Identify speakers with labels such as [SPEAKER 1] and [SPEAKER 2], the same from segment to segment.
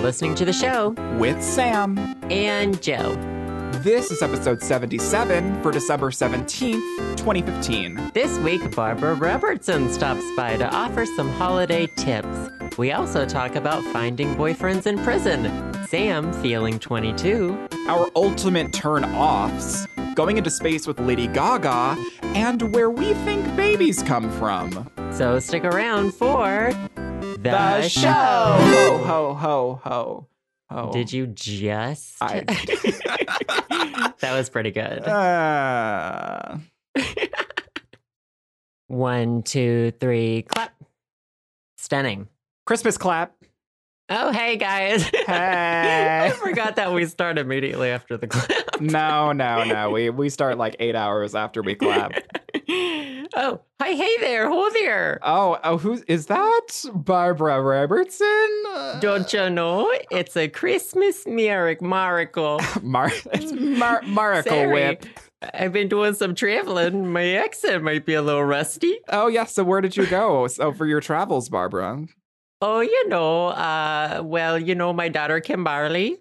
[SPEAKER 1] listening to the show
[SPEAKER 2] with Sam.
[SPEAKER 1] and Joe.
[SPEAKER 2] This is episode 77 for December 17th, 2015.
[SPEAKER 1] This week, Barbara Robertson stops by to offer some holiday tips. We also talk about finding boyfriends in prison, Sam feeling 22,
[SPEAKER 2] Our ultimate turn offs, going into space with Lady Gaga, and where we think babies come from.
[SPEAKER 1] so stick around for the,
[SPEAKER 2] Ho, ho, ho, ho. ho.
[SPEAKER 1] Did you just?
[SPEAKER 2] I.
[SPEAKER 1] that was pretty good.
[SPEAKER 2] Uh,
[SPEAKER 1] One, two, three, clap. Stunning.
[SPEAKER 2] Christmas clap.
[SPEAKER 1] Oh, hey guys. I
[SPEAKER 2] Hey.
[SPEAKER 1] forgot that we start immediately after the clap.
[SPEAKER 2] no, no, no. We, we start like eight hours after we clap.
[SPEAKER 1] oh, hi, hey there, who there?
[SPEAKER 2] Oh, oh, who's is that? Barbara Robertson?
[SPEAKER 1] Don't you know? It's a Christmas miracle. miracle.
[SPEAKER 2] Mar- it's Mar- Miracle
[SPEAKER 1] Sorry.
[SPEAKER 2] Whip.
[SPEAKER 1] I've been doing some traveling. My accent might be a little rusty.
[SPEAKER 2] Oh yes. so where did you go? So for your travels, Barbara.
[SPEAKER 1] Oh, you know, uh, well, you know, my daughter Kimberly.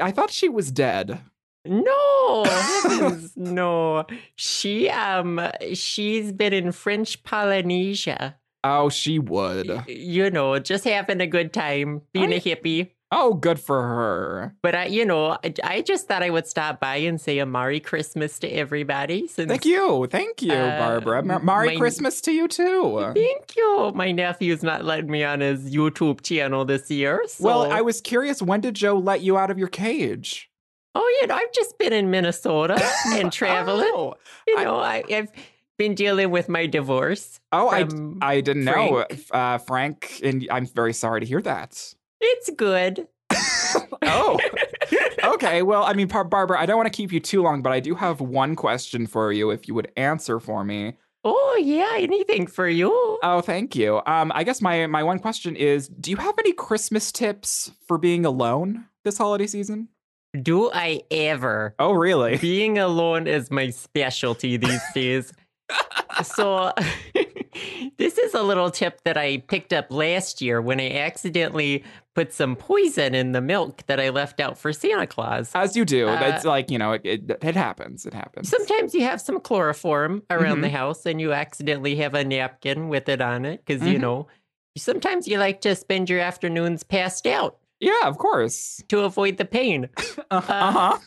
[SPEAKER 2] I thought she was dead.
[SPEAKER 1] No, heavens, no. She um, she's been in French Polynesia.
[SPEAKER 2] Oh, she would.
[SPEAKER 1] You know, just having a good time, being a
[SPEAKER 2] I-
[SPEAKER 1] hippie.
[SPEAKER 2] Oh, good for her.
[SPEAKER 1] But I, you know, I, I just thought I would stop by and say a Merry Christmas to everybody. Since
[SPEAKER 2] Thank you. Thank you,
[SPEAKER 1] Uh,
[SPEAKER 2] Barbara. Mer- Merry
[SPEAKER 1] my-
[SPEAKER 2] Christmas to you too.
[SPEAKER 1] Thank you. My nephew's not letting me on his YouTube channel this year. So.
[SPEAKER 2] Well, I was curious when did Joe let you out of your cage?
[SPEAKER 1] oh, you know, I've just been in Minnesota and traveling.
[SPEAKER 2] Oh,
[SPEAKER 1] you
[SPEAKER 2] I-
[SPEAKER 1] know, I, I've been dealing with my divorce.
[SPEAKER 2] oh
[SPEAKER 1] from
[SPEAKER 2] I I didn't know.
[SPEAKER 1] Frank.
[SPEAKER 2] Uh, Frank, and I'm very sorry to hear that.
[SPEAKER 1] It's good.
[SPEAKER 2] Oh. okay. Well, I mean, Bar- Barbara, I don't want to keep you too long, but I do have one question for you if you would answer for me.
[SPEAKER 1] Oh yeah, anything for you?
[SPEAKER 2] Oh, thank you. Um, I guess my my one question is, do you have any Christmas tips for being alone this holiday season?
[SPEAKER 1] Do I ever?
[SPEAKER 2] Oh, really?
[SPEAKER 1] Being alone is my specialty these days. so this is a little tip that I picked up last year when I accidentally put some poison in the milk that I left out for Santa Claus.
[SPEAKER 2] As you do.
[SPEAKER 1] Uh,
[SPEAKER 2] it's like, you know, it, it, it happens. It happens.
[SPEAKER 1] Sometimes you have some chloroform around
[SPEAKER 2] Mhm.
[SPEAKER 1] the house and you accidentally have a napkin with it on it because, you
[SPEAKER 2] Mhm.
[SPEAKER 1] know, sometimes you like to spend your afternoons passed out
[SPEAKER 2] yeah, of course.
[SPEAKER 1] to avoid the pain. Uh,
[SPEAKER 2] Uh-huh.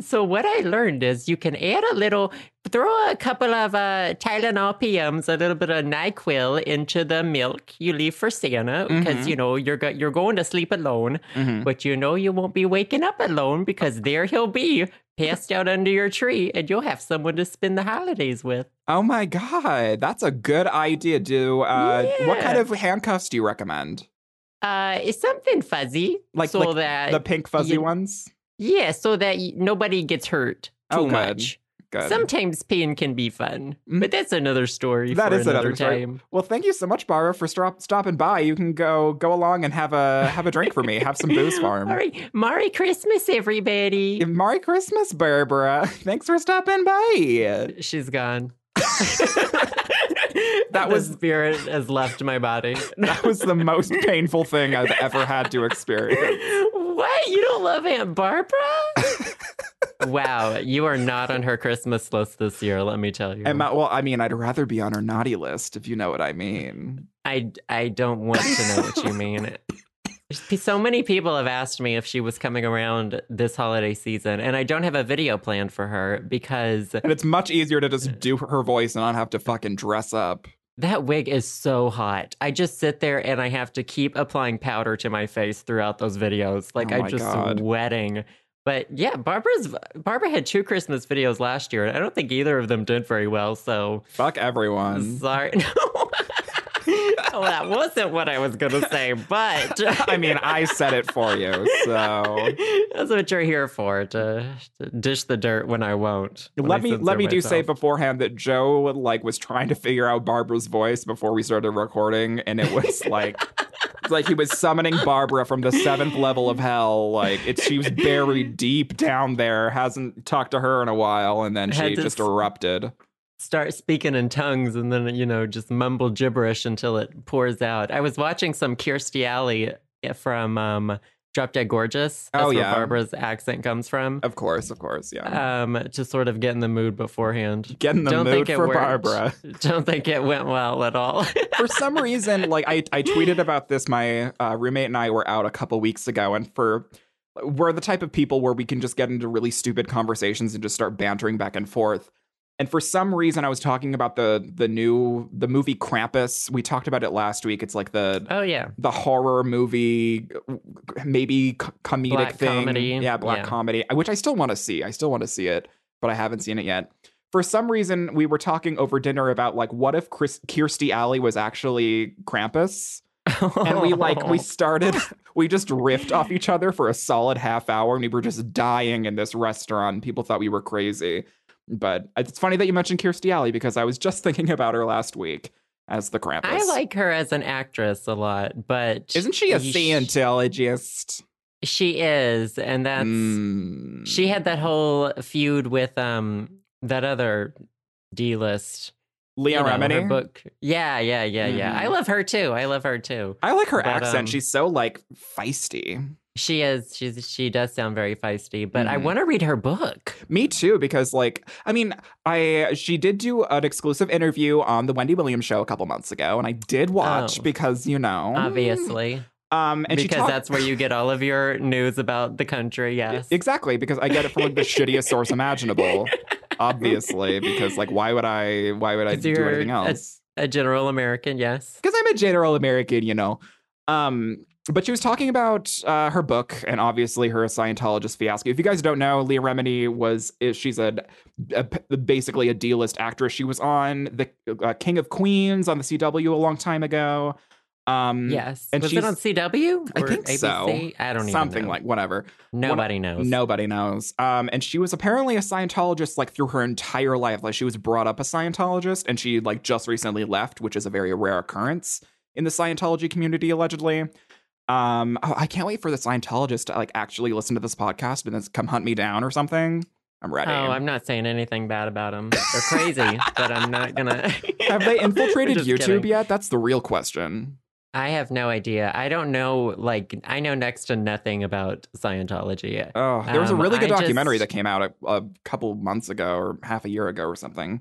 [SPEAKER 1] So, what I learned is you can add a little, throw a couple of uh, Tylenol PMs, a little bit of NyQuil into the milk you leave for Santa because,
[SPEAKER 2] Mhm.
[SPEAKER 1] you know, you're, go- you're going to sleep alone,
[SPEAKER 2] Mhm.
[SPEAKER 1] but you know you won't be waking up alone because there he'll be. Passed out under your tree, and you'll have someone to spend the holidays with.
[SPEAKER 2] Oh my god, that's a good idea. Do uh, what
[SPEAKER 1] Yeah.
[SPEAKER 2] kind of handcuffs do you recommend?
[SPEAKER 1] Uh, it's something fuzzy,
[SPEAKER 2] Like-
[SPEAKER 1] so
[SPEAKER 2] like
[SPEAKER 1] that
[SPEAKER 2] the pink fuzzy
[SPEAKER 1] Uh, you-
[SPEAKER 2] ones?
[SPEAKER 1] yeah, so that y- nobody gets hurt too
[SPEAKER 2] Oh, good.
[SPEAKER 1] much.
[SPEAKER 2] Good.
[SPEAKER 1] Sometimes pain can be fun,
[SPEAKER 2] Mm.
[SPEAKER 1] but that's another story.
[SPEAKER 2] That
[SPEAKER 1] for
[SPEAKER 2] is another story.
[SPEAKER 1] time.
[SPEAKER 2] Well, thank you so much, Barbara, for stop, stopping by. You can go go along and have a have a drink for me. Have some booze for
[SPEAKER 1] All
[SPEAKER 2] me.
[SPEAKER 1] right, Merry Christmas, everybody.
[SPEAKER 2] Merry Christmas, Barbara. Thanks for stopping by.
[SPEAKER 1] She's gone. that
[SPEAKER 2] was-
[SPEAKER 1] the spirit has left my body.
[SPEAKER 2] That was the most painful thing I've ever had to experience.
[SPEAKER 1] what? You don't love Aunt Barbara? wow, you are not on her Christmas list this year. Let me tell you.
[SPEAKER 2] And my- well, I mean, I'd rather be on her naughty list if you know what I mean.
[SPEAKER 1] I, I don't want to know what you mean. So many people have asked me if she was coming around this holiday season, and I don't have a video planned for her because
[SPEAKER 2] And it's much easier to just do her voice and not have to fucking dress up.
[SPEAKER 1] that wig is so hot. I just sit there and I have to keep applying powder to my face throughout those videos. Like
[SPEAKER 2] Oh
[SPEAKER 1] I'm
[SPEAKER 2] my
[SPEAKER 1] just
[SPEAKER 2] God.
[SPEAKER 1] sweating. But yeah, Barbara's Barbara had two Christmas videos last year, and I don't think either of them did very well. So
[SPEAKER 2] Fuck everyone.
[SPEAKER 1] sorry. No. oh, that wasn't what I was gonna say, but
[SPEAKER 2] I mean, I said it for you. So
[SPEAKER 1] That's what you're here for to, to dish the dirt when I won't. when I
[SPEAKER 2] let me
[SPEAKER 1] censor
[SPEAKER 2] let me do say
[SPEAKER 1] myself.
[SPEAKER 2] beforehand that Joe like was trying to figure out Barbara's voice before we started recording, and it was like it's like he was summoning Barbara from the seventh level of hell. Like it, she was buried deep down there, hasn't talked to her in a while, and then
[SPEAKER 1] Had
[SPEAKER 2] she
[SPEAKER 1] to
[SPEAKER 2] just
[SPEAKER 1] s-
[SPEAKER 2] erupted.
[SPEAKER 1] start speaking in tongues and then you know just mumble gibberish until it pours out. I was watching some Kirstie Alley eh, from um, Drop Dead Gorgeous. That's
[SPEAKER 2] Oh,
[SPEAKER 1] where
[SPEAKER 2] yeah.
[SPEAKER 1] Barbara's accent comes from.
[SPEAKER 2] Of course, of course, yeah.
[SPEAKER 1] Um, to sort of get in the mood beforehand.
[SPEAKER 2] Get in the
[SPEAKER 1] don't
[SPEAKER 2] mood
[SPEAKER 1] think it
[SPEAKER 2] for
[SPEAKER 1] worked.
[SPEAKER 2] Barbara.
[SPEAKER 1] Don't think it went well at all.
[SPEAKER 2] for some reason, like I, I tweeted about this. My uh, roommate and I were out a couple weeks ago, and for we're the type of people where we can just get into really stupid conversations and just start bantering back and forth. And for some reason, I was talking about the the new the movie Krampus. We talked about it last week. It's like the
[SPEAKER 1] oh yeah.
[SPEAKER 2] the horror movie, maybe c- comedic
[SPEAKER 1] Black
[SPEAKER 2] thing.
[SPEAKER 1] comedy.
[SPEAKER 2] Yeah, black
[SPEAKER 1] Yeah.
[SPEAKER 2] comedy, uh, which I still want to see. I still want to see it, but I haven't seen it yet. For some reason, we were talking over dinner about like, what if Chris- Kirstie Alley was actually Krampus? And we like
[SPEAKER 1] Oh.
[SPEAKER 2] we started, we just riffed off each other for a solid half hour, and we were just dying in this restaurant. People thought we were crazy, but uh, it's funny that you mentioned Kirstie Alley because I was just thinking about her last week as the Krampus.
[SPEAKER 1] I like her as an actress a lot, but
[SPEAKER 2] Isn't she a
[SPEAKER 1] sh-
[SPEAKER 2] Scientologist?
[SPEAKER 1] She is, and that's
[SPEAKER 2] Mm.
[SPEAKER 1] she had that whole feud with um that other D list.
[SPEAKER 2] Leah Remini.
[SPEAKER 1] book. Yeah, yeah, yeah, yeah.
[SPEAKER 2] Mhm.
[SPEAKER 1] I love her too. I love her too.
[SPEAKER 2] I like her
[SPEAKER 1] But,
[SPEAKER 2] accent.
[SPEAKER 1] um,
[SPEAKER 2] She's so like feisty.
[SPEAKER 1] She is. She's. She does sound very feisty. But I
[SPEAKER 2] Mhm.
[SPEAKER 1] want to read her book.
[SPEAKER 2] Me too, because like I mean, I she did do an exclusive interview on the Wendy Williams show a couple months ago, and I did watch
[SPEAKER 1] Oh.
[SPEAKER 2] because you know
[SPEAKER 1] Obviously,
[SPEAKER 2] Um, and she E-,
[SPEAKER 1] because
[SPEAKER 2] talked-
[SPEAKER 1] that's where you get all of your news about the country. Yes.
[SPEAKER 2] exactly because I get it from like the shittiest source imaginable. Obviously, because like why would I why would I
[SPEAKER 1] 'Cause
[SPEAKER 2] do
[SPEAKER 1] you're
[SPEAKER 2] anything
[SPEAKER 1] a-
[SPEAKER 2] else?
[SPEAKER 1] A general American. Yes.
[SPEAKER 2] because I'm a general American, you know. Um, but she was talking about uh, her book and obviously her Scientologist fiasco. If you guys don't know, Leah Remini was is- she's a, a p- basically a D-list actress. She was on the uh, King of Queens on the CW a long time ago. Um,
[SPEAKER 1] Yes.
[SPEAKER 2] And
[SPEAKER 1] was it
[SPEAKER 2] she's-
[SPEAKER 1] on CW
[SPEAKER 2] I
[SPEAKER 1] or
[SPEAKER 2] think
[SPEAKER 1] ABC?
[SPEAKER 2] so.
[SPEAKER 1] I don't even
[SPEAKER 2] something
[SPEAKER 1] know.
[SPEAKER 2] like whatever.
[SPEAKER 1] nobody knows.
[SPEAKER 2] Nobody knows. Um, and she was apparently a Scientologist like through her entire life. Like she was brought up a Scientologist, and she like just recently left, which is a very rare occurrence in the Scientology community, allegedly. Um, oh, I can't wait for the Scientologist to like actually listen to this podcast and then come hunt me down or something. I'm ready.
[SPEAKER 1] Oh, I'm not saying anything bad about them. They're crazy, but I'm not gonna.
[SPEAKER 2] Have they infiltrated
[SPEAKER 1] Just
[SPEAKER 2] YouTube
[SPEAKER 1] kidding.
[SPEAKER 2] yet? That's the real question.
[SPEAKER 1] I have no idea. I don't know. Like, I know next to nothing about Scientology.
[SPEAKER 2] Oh, there was
[SPEAKER 1] Um,
[SPEAKER 2] a really good
[SPEAKER 1] I
[SPEAKER 2] documentary
[SPEAKER 1] just-
[SPEAKER 2] that came out a, a couple months ago or half a year ago or something.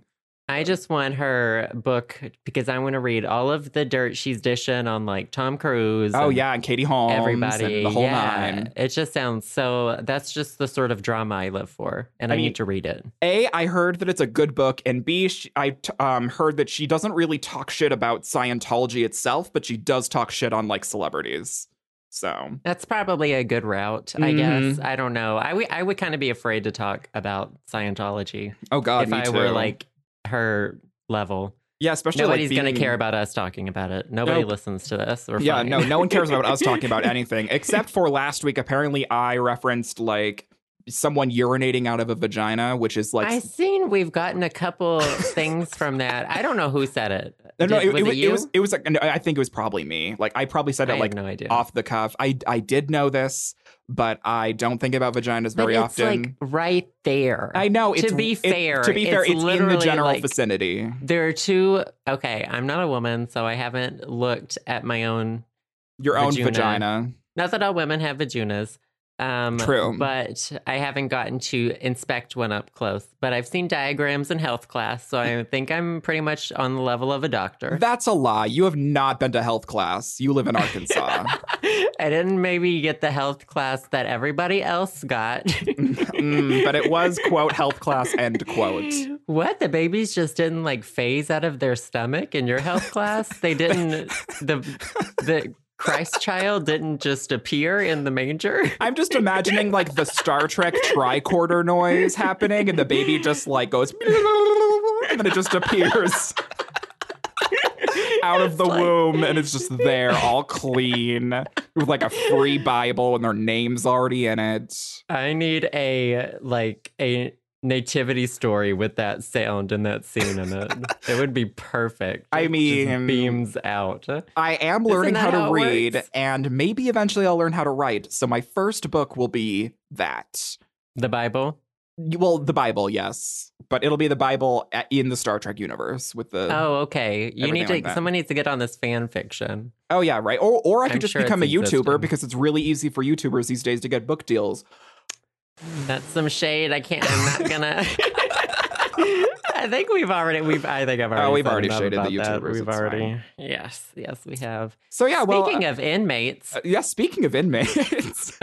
[SPEAKER 1] I just want her book because I want to read all of the dirt she's dishing on, like Tom Cruise.
[SPEAKER 2] Oh
[SPEAKER 1] and
[SPEAKER 2] yeah, and Katie Holmes,
[SPEAKER 1] everybody.
[SPEAKER 2] and the whole
[SPEAKER 1] yeah,
[SPEAKER 2] nine.
[SPEAKER 1] it just sounds so. That's just the sort of drama I live for, and I,
[SPEAKER 2] I mean-
[SPEAKER 1] need to read it.
[SPEAKER 2] A, I heard that it's a good book, and B, sh I t- um, heard that she doesn't really talk shit about Scientology itself, but she does talk shit on like celebrities. So
[SPEAKER 1] That's probably a good route, I
[SPEAKER 2] Mm-hmm.
[SPEAKER 1] guess. I don't know. I w- I would kind of be afraid to talk about Scientology
[SPEAKER 2] oh god,
[SPEAKER 1] if
[SPEAKER 2] me
[SPEAKER 1] I
[SPEAKER 2] too.
[SPEAKER 1] were like her level.
[SPEAKER 2] yeah, especially like,
[SPEAKER 1] Nobody's going
[SPEAKER 2] being-
[SPEAKER 1] to care about us talking about it. Nobody
[SPEAKER 2] Nope.
[SPEAKER 1] listens to this. We're
[SPEAKER 2] Yeah,
[SPEAKER 1] fine.
[SPEAKER 2] no, no one cares about us talking about anything except for last week. Apparently, I referenced like someone urinating out of a vagina, which is like
[SPEAKER 1] I've seen we've gotten a couple things from that. I don't know who said it.
[SPEAKER 2] no, no,
[SPEAKER 1] Did- was
[SPEAKER 2] it, it,
[SPEAKER 1] it,
[SPEAKER 2] was-
[SPEAKER 1] you?
[SPEAKER 2] it was it was like no, I think it was probably me. Like I probably said
[SPEAKER 1] I
[SPEAKER 2] it
[SPEAKER 1] have
[SPEAKER 2] like
[SPEAKER 1] no idea.
[SPEAKER 2] off the cuff. I I did know this, but I don't think about vaginas
[SPEAKER 1] But
[SPEAKER 2] very
[SPEAKER 1] it's
[SPEAKER 2] often.
[SPEAKER 1] like right there.
[SPEAKER 2] I know.
[SPEAKER 1] To
[SPEAKER 2] It's,
[SPEAKER 1] be
[SPEAKER 2] it-
[SPEAKER 1] fair,
[SPEAKER 2] to be fair,
[SPEAKER 1] it's
[SPEAKER 2] it's, in the
[SPEAKER 1] literally,
[SPEAKER 2] general
[SPEAKER 1] like-
[SPEAKER 2] vicinity.
[SPEAKER 1] there are two. Okay, I'm not a woman, so I haven't looked at my own.
[SPEAKER 2] Your own
[SPEAKER 1] Vagina.
[SPEAKER 2] vagina.
[SPEAKER 1] Not that all women have vaginas. Um,
[SPEAKER 2] True.
[SPEAKER 1] But I haven't gotten to inspect one up close. But I've seen diagrams in health class, so I think I'm pretty much on the level of a doctor.
[SPEAKER 2] That's a lie. You have not been to health class. You live in Arkansas.
[SPEAKER 1] I didn't maybe get the health class that everybody else got.
[SPEAKER 2] Mm, but it was quote health class end quote.
[SPEAKER 1] What? The babies just didn't like phase out of their stomach in your health class? They didn't the the Christ child didn't just appear in the manger?
[SPEAKER 2] I'm just imagining like the Star Trek tricorder noise happening, and the baby just like goes, and then it just appears out of the womb, and it's just there, all clean, with like a free Bible, and their name's already in it.
[SPEAKER 1] I need a like a nativity story with that sound and that scene in it. it would be perfect.
[SPEAKER 2] I
[SPEAKER 1] It just
[SPEAKER 2] mean-
[SPEAKER 1] beams out.
[SPEAKER 2] I am
[SPEAKER 1] Isn't
[SPEAKER 2] learning
[SPEAKER 1] that
[SPEAKER 2] how to
[SPEAKER 1] how it
[SPEAKER 2] read,
[SPEAKER 1] works?
[SPEAKER 2] and maybe eventually I'll learn how to write. So my first book will be that.
[SPEAKER 1] The Bible.
[SPEAKER 2] Well, the Bible, yes. but it'll be the Bible a- in the Star Trek universe with the oh,
[SPEAKER 1] Oh, okay. You need
[SPEAKER 2] Everything
[SPEAKER 1] to.
[SPEAKER 2] like that.
[SPEAKER 1] someone needs to get on this fan fiction.
[SPEAKER 2] Oh, yeah right or or I could
[SPEAKER 1] I'm
[SPEAKER 2] just
[SPEAKER 1] sure
[SPEAKER 2] become a
[SPEAKER 1] it's
[SPEAKER 2] YouTuber
[SPEAKER 1] existing.
[SPEAKER 2] because it's really easy for YouTubers these days to get book deals.
[SPEAKER 1] That's some shade. I can't. I'm not gonna. I think we've already. We've. I think I've already.
[SPEAKER 2] Oh, we've
[SPEAKER 1] said
[SPEAKER 2] already
[SPEAKER 1] enough
[SPEAKER 2] shaded the
[SPEAKER 1] about that.
[SPEAKER 2] YouTubers,
[SPEAKER 1] We've
[SPEAKER 2] it's
[SPEAKER 1] already. Yes. Yes, we have.
[SPEAKER 2] So yeah, well,
[SPEAKER 1] Speaking of inmates,
[SPEAKER 2] uh, yeah. Speaking of inmates,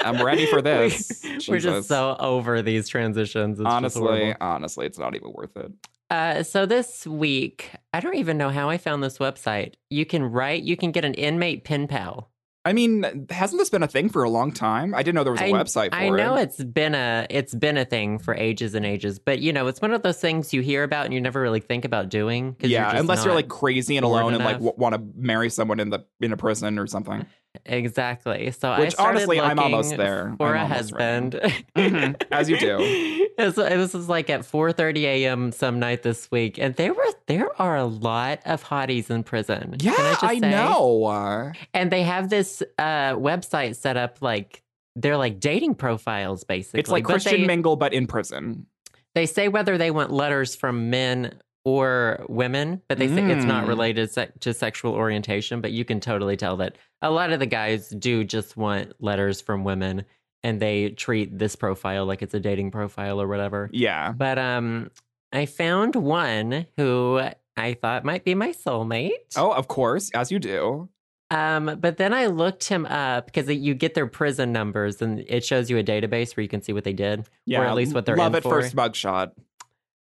[SPEAKER 2] I'm ready for this.
[SPEAKER 1] we, are
[SPEAKER 2] Jesus.
[SPEAKER 1] just so over these transitions. It's just
[SPEAKER 2] honestly,
[SPEAKER 1] horrible.
[SPEAKER 2] honestly, it's not even worth it.
[SPEAKER 1] Uh, so this week, I don't even know how I found this website. You can write. You can get an inmate pen pal.
[SPEAKER 2] I mean, hasn't this been a thing for a long time? I didn't know there was a
[SPEAKER 1] I-
[SPEAKER 2] website for
[SPEAKER 1] I know it's been a it's been a thing for ages and ages, but you know it's one of those things you hear about and you never really think about doing. 'cause
[SPEAKER 2] Yeah,
[SPEAKER 1] just
[SPEAKER 2] unless you're
[SPEAKER 1] not-
[SPEAKER 2] like crazy and
[SPEAKER 1] bored
[SPEAKER 2] alone and like
[SPEAKER 1] enough.
[SPEAKER 2] w- want to marry someone in the in a prison or something.
[SPEAKER 1] exactly. So I
[SPEAKER 2] Which
[SPEAKER 1] started
[SPEAKER 2] honestly, I'm almost
[SPEAKER 1] looking
[SPEAKER 2] there.
[SPEAKER 1] for
[SPEAKER 2] I'm
[SPEAKER 1] a
[SPEAKER 2] almost ready.
[SPEAKER 1] husband,
[SPEAKER 2] Mhm, as you do.
[SPEAKER 1] It was, it was just, like at 4:30 a.m. some night this week, and there were there are a lot of hotties in prison. Can
[SPEAKER 2] Yeah,
[SPEAKER 1] just
[SPEAKER 2] I,
[SPEAKER 1] say?
[SPEAKER 2] know. Uh,
[SPEAKER 1] And they have this uh, website set up like they're like dating profiles basically.
[SPEAKER 2] It's like
[SPEAKER 1] but
[SPEAKER 2] Christian
[SPEAKER 1] they-
[SPEAKER 2] Mingle, but in prison.
[SPEAKER 1] They say whether they want letters from men or women, but they say it's not
[SPEAKER 2] Mm.
[SPEAKER 1] related se- to sexual orientation. But you can totally tell that a lot of the guys do just want letters from women, and they treat this profile like it's a dating profile or whatever.
[SPEAKER 2] Yeah.
[SPEAKER 1] But um, I found one who I thought might be my soulmate.
[SPEAKER 2] Oh, of course, as you do.
[SPEAKER 1] Um, but then I looked him up because you get their prison numbers, and it shows you a database where you can see what they did.
[SPEAKER 2] Yeah,
[SPEAKER 1] at least what they're
[SPEAKER 2] love
[SPEAKER 1] in
[SPEAKER 2] at
[SPEAKER 1] for.
[SPEAKER 2] first mugshot.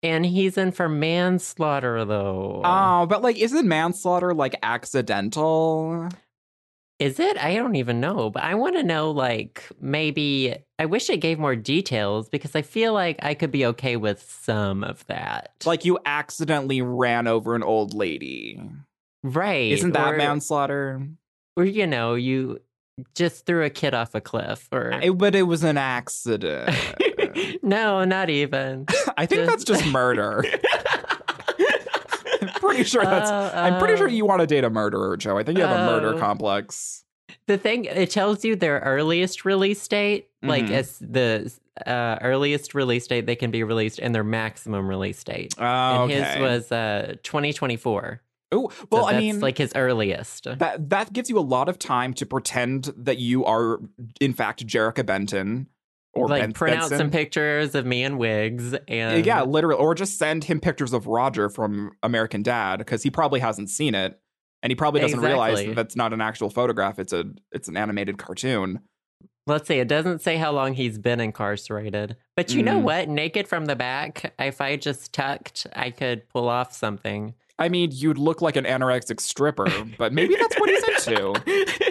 [SPEAKER 1] And he's in for manslaughter, though.
[SPEAKER 2] Oh, but like, isn't manslaughter like accidental?
[SPEAKER 1] Is it? I don't even know. But I want to know, like, maybe I wish it gave more details because I feel like I could be okay with some of that.
[SPEAKER 2] Like you accidentally ran over an old lady.
[SPEAKER 1] right.
[SPEAKER 2] Isn't that
[SPEAKER 1] or,
[SPEAKER 2] manslaughter?
[SPEAKER 1] Or, you know, you just threw a kid off a cliff or.
[SPEAKER 2] It- but it was an accident.
[SPEAKER 1] no, not even.
[SPEAKER 2] I think that's
[SPEAKER 1] Just-
[SPEAKER 2] just murder. pretty sure that's.
[SPEAKER 1] Oh,
[SPEAKER 2] I'm pretty sure
[SPEAKER 1] oh.
[SPEAKER 2] you want to date a murderer, Joe. I think you have a murder
[SPEAKER 1] Oh.
[SPEAKER 2] complex.
[SPEAKER 1] the thing it tells you their earliest release date like
[SPEAKER 2] Mhm.
[SPEAKER 1] as the uh, earliest release date they can be released and their maximum release date
[SPEAKER 2] Oh,
[SPEAKER 1] and
[SPEAKER 2] okay.
[SPEAKER 1] his was uh 2024
[SPEAKER 2] Ooh,
[SPEAKER 1] so
[SPEAKER 2] well, I
[SPEAKER 1] that's
[SPEAKER 2] mean,
[SPEAKER 1] like his earliest
[SPEAKER 2] that that gives you a lot of time to pretend that you are, in fact, Jerrica Benton or
[SPEAKER 1] like
[SPEAKER 2] ben-
[SPEAKER 1] print out some uh,
[SPEAKER 2] Benson.
[SPEAKER 1] pictures of me in wigs and
[SPEAKER 2] yeah, literally, or just send him pictures of Roger from American Dad because he probably hasn't seen it, and he probably doesn't realize
[SPEAKER 1] Exactly.
[SPEAKER 2] that that's not an actual photograph. It's a it's an animated cartoon.
[SPEAKER 1] let's see it doesn't say how long he's been incarcerated but you know
[SPEAKER 2] Mm.
[SPEAKER 1] what naked from the back if i just tucked i could pull off something
[SPEAKER 2] I mean, you'd look like an anorexic stripper, but maybe that's what he's into.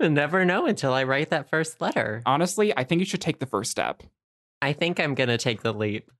[SPEAKER 1] I'll never know until i write that first letter
[SPEAKER 2] Honestly, I think you should take the first step
[SPEAKER 1] I think I'm gonna take the leap.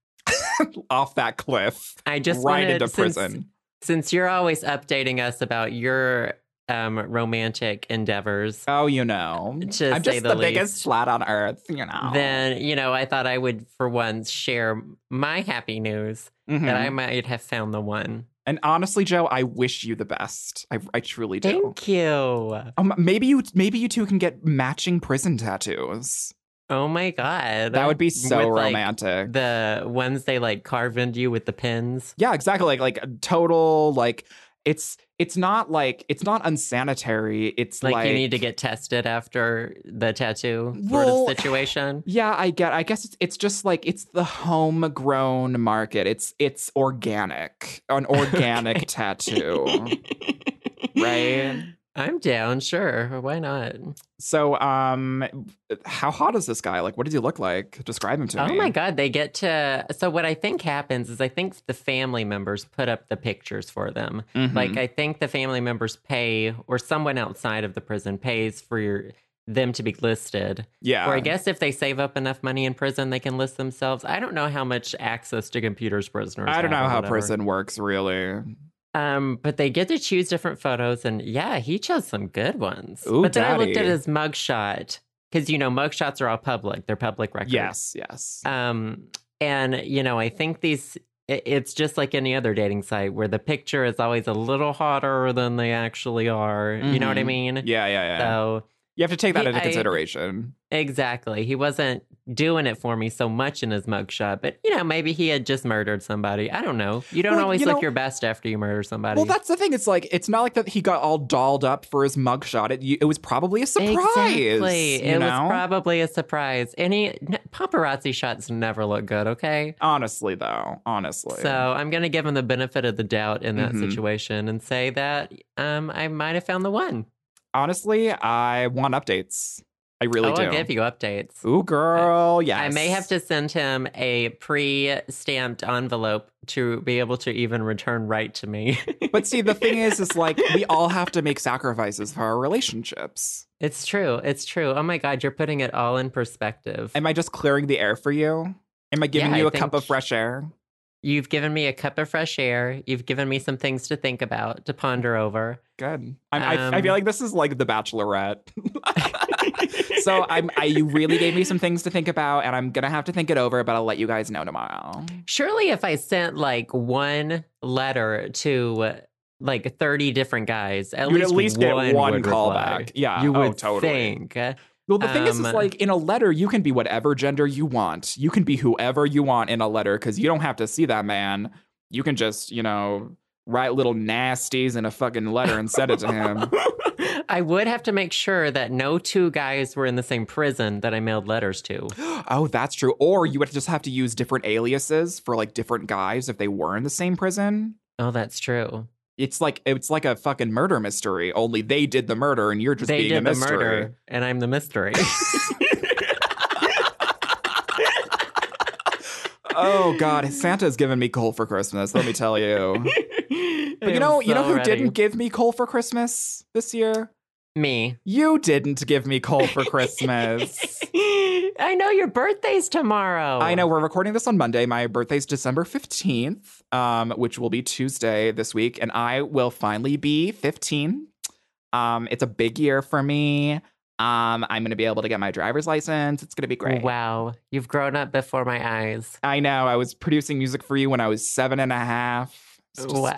[SPEAKER 2] off that cliff,
[SPEAKER 1] I just
[SPEAKER 2] right
[SPEAKER 1] wanted,
[SPEAKER 2] into
[SPEAKER 1] since-
[SPEAKER 2] prison.
[SPEAKER 1] Since you're always updating us about your um, romantic endeavors,
[SPEAKER 2] Oh, you know,
[SPEAKER 1] To
[SPEAKER 2] I'm
[SPEAKER 1] say
[SPEAKER 2] just
[SPEAKER 1] the
[SPEAKER 2] the, biggest flat on earth, you know.
[SPEAKER 1] then you know I thought I would for once share my happy news
[SPEAKER 2] Mhm.
[SPEAKER 1] that I might have found the one.
[SPEAKER 2] and honestly, Joe, I wish you the best. I, I truly do.
[SPEAKER 1] Thank you.
[SPEAKER 2] Um, maybe you maybe you two can get matching prison tattoos.
[SPEAKER 1] Oh my god,
[SPEAKER 2] That would be so
[SPEAKER 1] With, like,
[SPEAKER 2] romantic.
[SPEAKER 1] The ones they like carve into you with the pins.
[SPEAKER 2] yeah, exactly. Like like a total like it's it's not like it's not unsanitary. It's
[SPEAKER 1] Like,
[SPEAKER 2] like,
[SPEAKER 1] you need to get tested after the tattoo sort
[SPEAKER 2] Well,
[SPEAKER 1] of situation.
[SPEAKER 2] Yeah, I get. I guess it's it's just like it's the homegrown market. It's it's organic, an organic tattoo. right?
[SPEAKER 1] I'm down, sure. Why not?
[SPEAKER 2] So, um, how hot is this guy? Like, what does he look like? Describe him to
[SPEAKER 1] Oh
[SPEAKER 2] me.
[SPEAKER 1] my God, they get to. So, what I think happens is I think the family members put up the pictures for them.
[SPEAKER 2] Mhm.
[SPEAKER 1] Like, I think the family members pay, or someone outside of the prison pays for your, them to be listed.
[SPEAKER 2] yeah,
[SPEAKER 1] or I guess if they save up enough money in prison, they can list themselves. I don't know how much access to computers prisoners
[SPEAKER 2] I don't
[SPEAKER 1] have
[SPEAKER 2] know
[SPEAKER 1] or
[SPEAKER 2] how
[SPEAKER 1] whatever.
[SPEAKER 2] prison works really.
[SPEAKER 1] Um, but they get to choose different photos, and yeah, he chose some good ones.
[SPEAKER 2] Ooh,
[SPEAKER 1] but then I looked at
[SPEAKER 2] daddy.
[SPEAKER 1] his mugshot because you know mugshots are all public; they're public records.
[SPEAKER 2] Yes, yes.
[SPEAKER 1] Um, and you know, I think these. i- It's just like any other dating site where the picture is always a little hotter than they actually are. You know what I
[SPEAKER 2] Mhm.
[SPEAKER 1] mean?
[SPEAKER 2] yeah, yeah, yeah.
[SPEAKER 1] So
[SPEAKER 2] You have to take that
[SPEAKER 1] Yeah,
[SPEAKER 2] into
[SPEAKER 1] I-
[SPEAKER 2] consideration.
[SPEAKER 1] Exactly. He wasn't doing it for me so much in his mugshot, but you know, maybe he had just murdered somebody. I don't know. You don't
[SPEAKER 2] Well,
[SPEAKER 1] always
[SPEAKER 2] you
[SPEAKER 1] look
[SPEAKER 2] know-
[SPEAKER 1] your best after you murder somebody.
[SPEAKER 2] Well, that's the thing. It's like it's not like that he got all dolled up for his mugshot. It, you- it was probably a surprise.
[SPEAKER 1] Exactly.
[SPEAKER 2] you
[SPEAKER 1] It
[SPEAKER 2] know?
[SPEAKER 1] was probably a surprise. Any n- paparazzi shots never look good, okay?
[SPEAKER 2] honestly though. Honestly.
[SPEAKER 1] So I'm going to give him the benefit of the doubt in that
[SPEAKER 2] Mhm. situation
[SPEAKER 1] situation and say that um, I might have found the one.
[SPEAKER 2] honestly, I want updates. I really
[SPEAKER 1] I
[SPEAKER 2] do.
[SPEAKER 1] will Oh, give you updates.
[SPEAKER 2] Ooh, girl, yes.
[SPEAKER 1] I may have to send him a pre-stamped envelope to be able to even return right to me.
[SPEAKER 2] But see, the thing is, is like we all have to make sacrifices for our relationships.
[SPEAKER 1] it's true. It's true. Oh my god, you're putting it all in perspective.
[SPEAKER 2] Am I just clearing the air for you? Am I giving
[SPEAKER 1] Yeah, I
[SPEAKER 2] you a
[SPEAKER 1] think-
[SPEAKER 2] cup of fresh air?
[SPEAKER 1] You've given me a cup of fresh air. You've given me some things to think about, to ponder over.
[SPEAKER 2] Good. I'm, I, I
[SPEAKER 1] Um,
[SPEAKER 2] feel like this is like The Bachelorette. so I'm, I, you really gave me some things to think about, and I'm gonna have to think it over. But I'll let you guys know tomorrow.
[SPEAKER 1] Surely, if I sent like one letter to uh, like 30 different guys, at
[SPEAKER 2] You'd
[SPEAKER 1] least
[SPEAKER 2] at least get
[SPEAKER 1] one
[SPEAKER 2] one
[SPEAKER 1] would
[SPEAKER 2] callback.
[SPEAKER 1] reply.
[SPEAKER 2] Yeah,
[SPEAKER 1] You
[SPEAKER 2] oh,
[SPEAKER 1] would
[SPEAKER 2] totally.
[SPEAKER 1] think.
[SPEAKER 2] Well, the thing is, is
[SPEAKER 1] Um,
[SPEAKER 2] like in a letter, you can be whatever gender you want. You can be whoever you want in a letter because you don't have to see that man. You can just, you know, write little nasties in a fucking letter and send it to him.
[SPEAKER 1] I would have to make sure that no two guys were in the same prison that I mailed letters to.
[SPEAKER 2] oh, that's true. Or you would just have to use different aliases for like different guys if they were in the same prison.
[SPEAKER 1] Oh, that's true.
[SPEAKER 2] It's like it's like a fucking murder mystery. Only they did the murder, and you're just
[SPEAKER 1] they
[SPEAKER 2] being a
[SPEAKER 1] did the
[SPEAKER 2] mystery.
[SPEAKER 1] murder, and I'm the mystery.
[SPEAKER 2] Oh God, Santa's giving me coal for Christmas. Let me tell you. But you
[SPEAKER 1] I'm
[SPEAKER 2] know, you know
[SPEAKER 1] so
[SPEAKER 2] who
[SPEAKER 1] ready.
[SPEAKER 2] didn't give me coal for Christmas this year?
[SPEAKER 1] me.
[SPEAKER 2] You didn't give me coal for Christmas.
[SPEAKER 1] I know your birthday's tomorrow.
[SPEAKER 2] I know we're recording this on Monday. My birthday's December 15th, um, which will be Tuesday this week, and I will finally be 15. Um, it's a big year for me. Um, I'm going to be able to get my driver's license. It's going to be great.
[SPEAKER 1] Wow, you've grown up before my eyes.
[SPEAKER 2] I know. I was producing music for you when I was seven and a half. It's just-
[SPEAKER 1] Wow.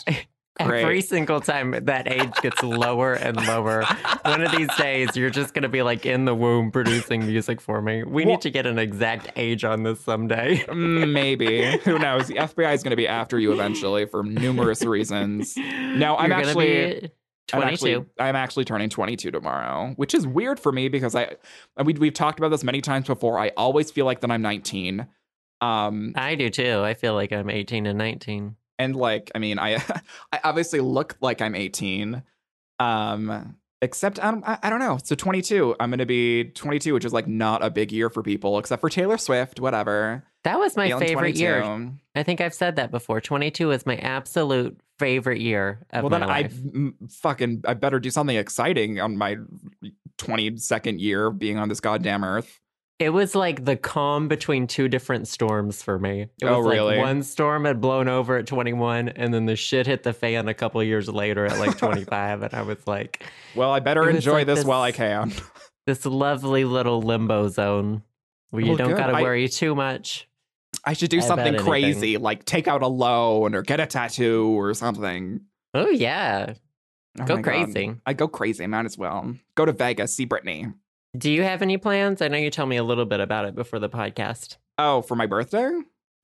[SPEAKER 2] great.
[SPEAKER 1] Every single time that age gets lower and lower, one of these days you're just going to be like in the womb producing music for me. We
[SPEAKER 2] Well-
[SPEAKER 1] need to get an exact age on this someday.
[SPEAKER 2] Mm, Maybe. Who knows? The FBI is going to be after you eventually for numerous reasons. No,
[SPEAKER 1] You're
[SPEAKER 2] I'm
[SPEAKER 1] gonna
[SPEAKER 2] actually-
[SPEAKER 1] be
[SPEAKER 2] I'm
[SPEAKER 1] 22.
[SPEAKER 2] actually, I'm actually turning 22 tomorrow, which is weird for me because I, and we, we've talked about this many times before. I always feel like that I'm 19. Um,
[SPEAKER 1] I do too. I feel like I'm 18 and 19.
[SPEAKER 2] and like, I mean, I, I obviously look like I'm 18. Um, except I don't, I, I don't know. So 22, I'm going to be 22, which is like not a big year for people except for Taylor Swift, whatever.
[SPEAKER 1] That was my
[SPEAKER 2] Feeling
[SPEAKER 1] favorite
[SPEAKER 2] 22.
[SPEAKER 1] year. I think I've said that before. 22 is my absolute favorite year of
[SPEAKER 2] well,
[SPEAKER 1] my
[SPEAKER 2] then
[SPEAKER 1] life.
[SPEAKER 2] I m- fucking I better do something exciting on my twenty second year of being on this goddamn earth.
[SPEAKER 1] It was like the calm between two different storms for me. It
[SPEAKER 2] Oh,
[SPEAKER 1] was
[SPEAKER 2] really?
[SPEAKER 1] like one storm had blown over at 21, and then the shit hit the fan a couple years later at like 25. and I was like,
[SPEAKER 2] Well, I better
[SPEAKER 1] It was
[SPEAKER 2] enjoy
[SPEAKER 1] like
[SPEAKER 2] this,
[SPEAKER 1] this-
[SPEAKER 2] while I can.
[SPEAKER 1] this lovely little limbo zone where you
[SPEAKER 2] Well,
[SPEAKER 1] don't
[SPEAKER 2] good.
[SPEAKER 1] got to
[SPEAKER 2] I-
[SPEAKER 1] worry too much.
[SPEAKER 2] I should do
[SPEAKER 1] I bet
[SPEAKER 2] something
[SPEAKER 1] anything.
[SPEAKER 2] crazy, like take out a loan or get a tattoo or something.
[SPEAKER 1] Oh, yeah.
[SPEAKER 2] Oh
[SPEAKER 1] Go
[SPEAKER 2] my God.
[SPEAKER 1] crazy.
[SPEAKER 2] I go crazy. Might as well go to Vegas, see Britney.
[SPEAKER 1] Do you have any plans? I know you told me a little bit about it before the podcast.
[SPEAKER 2] Oh, for my birthday.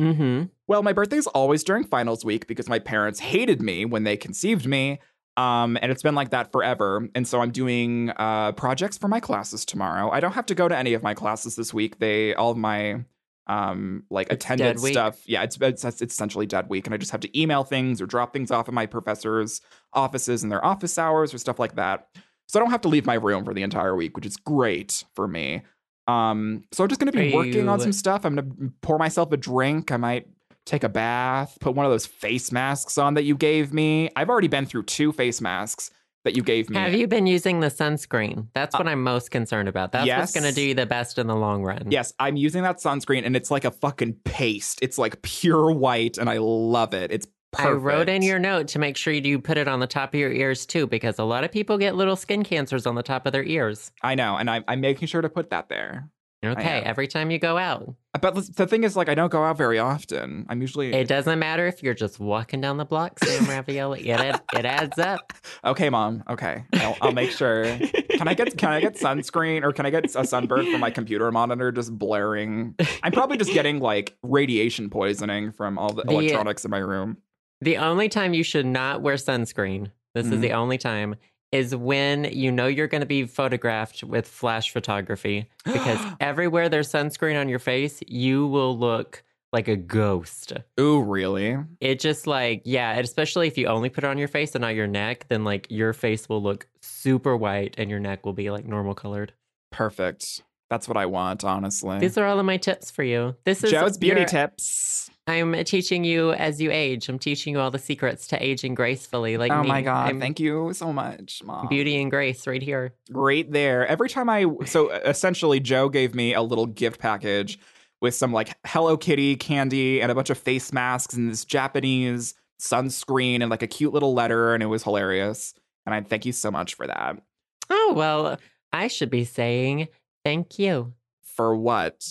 [SPEAKER 1] Mm-hmm.
[SPEAKER 2] Well, my birthday's always during finals week because my parents hated me when they conceived me. Um, and it's been like that forever. And so I'm doing uh, projects for my classes tomorrow. I don't have to go to any of my classes this week. They all of my um, like
[SPEAKER 1] It's dead
[SPEAKER 2] attendance
[SPEAKER 1] week.
[SPEAKER 2] stuff. Yeah, it's, it's it's essentially dead week, and I just have to email things or drop things off at my professors' offices and their office hours or stuff like that. So I don't have to leave my room for the entire week, which is great for me. Um, so I'm just gonna be
[SPEAKER 1] Are
[SPEAKER 2] working on
[SPEAKER 1] you-
[SPEAKER 2] some stuff. I'm gonna pour myself a drink. I might take a bath, put one of those face masks on that you gave me. I've already been through two face masks that you gave me.
[SPEAKER 1] Have you been using the sunscreen? That's what I'm most concerned about. That's what's going
[SPEAKER 2] Uh, yes.
[SPEAKER 1] to do you the best in the long run.
[SPEAKER 2] Yes, I'm using that sunscreen and it's like a fucking paste. It's like pure white and I love it. It's perfect.
[SPEAKER 1] I wrote in your note to make sure you do put it on the top of your ears too, because a lot of people get little skin cancers on the top of their ears.
[SPEAKER 2] I know, and I'm, I'm making sure to put that there.
[SPEAKER 1] Okay,
[SPEAKER 2] am.
[SPEAKER 1] every time you go out,
[SPEAKER 2] But the- the thing is, like, I don't go out very often. I'm usually
[SPEAKER 1] it doesn't matter if you're just walking down the block, Sam Ravioli. It ad- it adds up.
[SPEAKER 2] okay, mom. Okay, I'll, I'll make sure. Can I get can I get sunscreen or can I get a sunburn from my computer monitor just blaring? I'm probably just getting like radiation poisoning from all the,
[SPEAKER 1] The- uh,
[SPEAKER 2] electronics in my room.
[SPEAKER 1] The only time you should not wear sunscreen, this is the
[SPEAKER 2] Mm-hmm.
[SPEAKER 1] only time, is when you know you're going to be photographed with flash photography because everywhere there's sunscreen on your face, you will look like a ghost.
[SPEAKER 2] Ooh, really?
[SPEAKER 1] It just like, yeah, and especially if you only put it on your face and not your neck, then like your face will look super white and your neck will be like normal colored.
[SPEAKER 2] Perfect. That's what I want, honestly.
[SPEAKER 1] These are all of my tips for you. This is
[SPEAKER 2] Joe's beauty
[SPEAKER 1] your-
[SPEAKER 2] tips.
[SPEAKER 1] I'm teaching you as you age. I'm teaching you all the secrets to aging gracefully. Like
[SPEAKER 2] oh
[SPEAKER 1] me.
[SPEAKER 2] my god!
[SPEAKER 1] I'm
[SPEAKER 2] Thank you so much, mom.
[SPEAKER 1] beauty and grace right here.
[SPEAKER 2] right there. Every time I so e-, essentially Joe gave me a little gift package with some like Hello Kitty candy and a bunch of face masks and this Japanese sunscreen and like a cute little letter and it was hilarious. And I thank you so much for that.
[SPEAKER 1] Oh, well, I should be saying thank you
[SPEAKER 2] For what?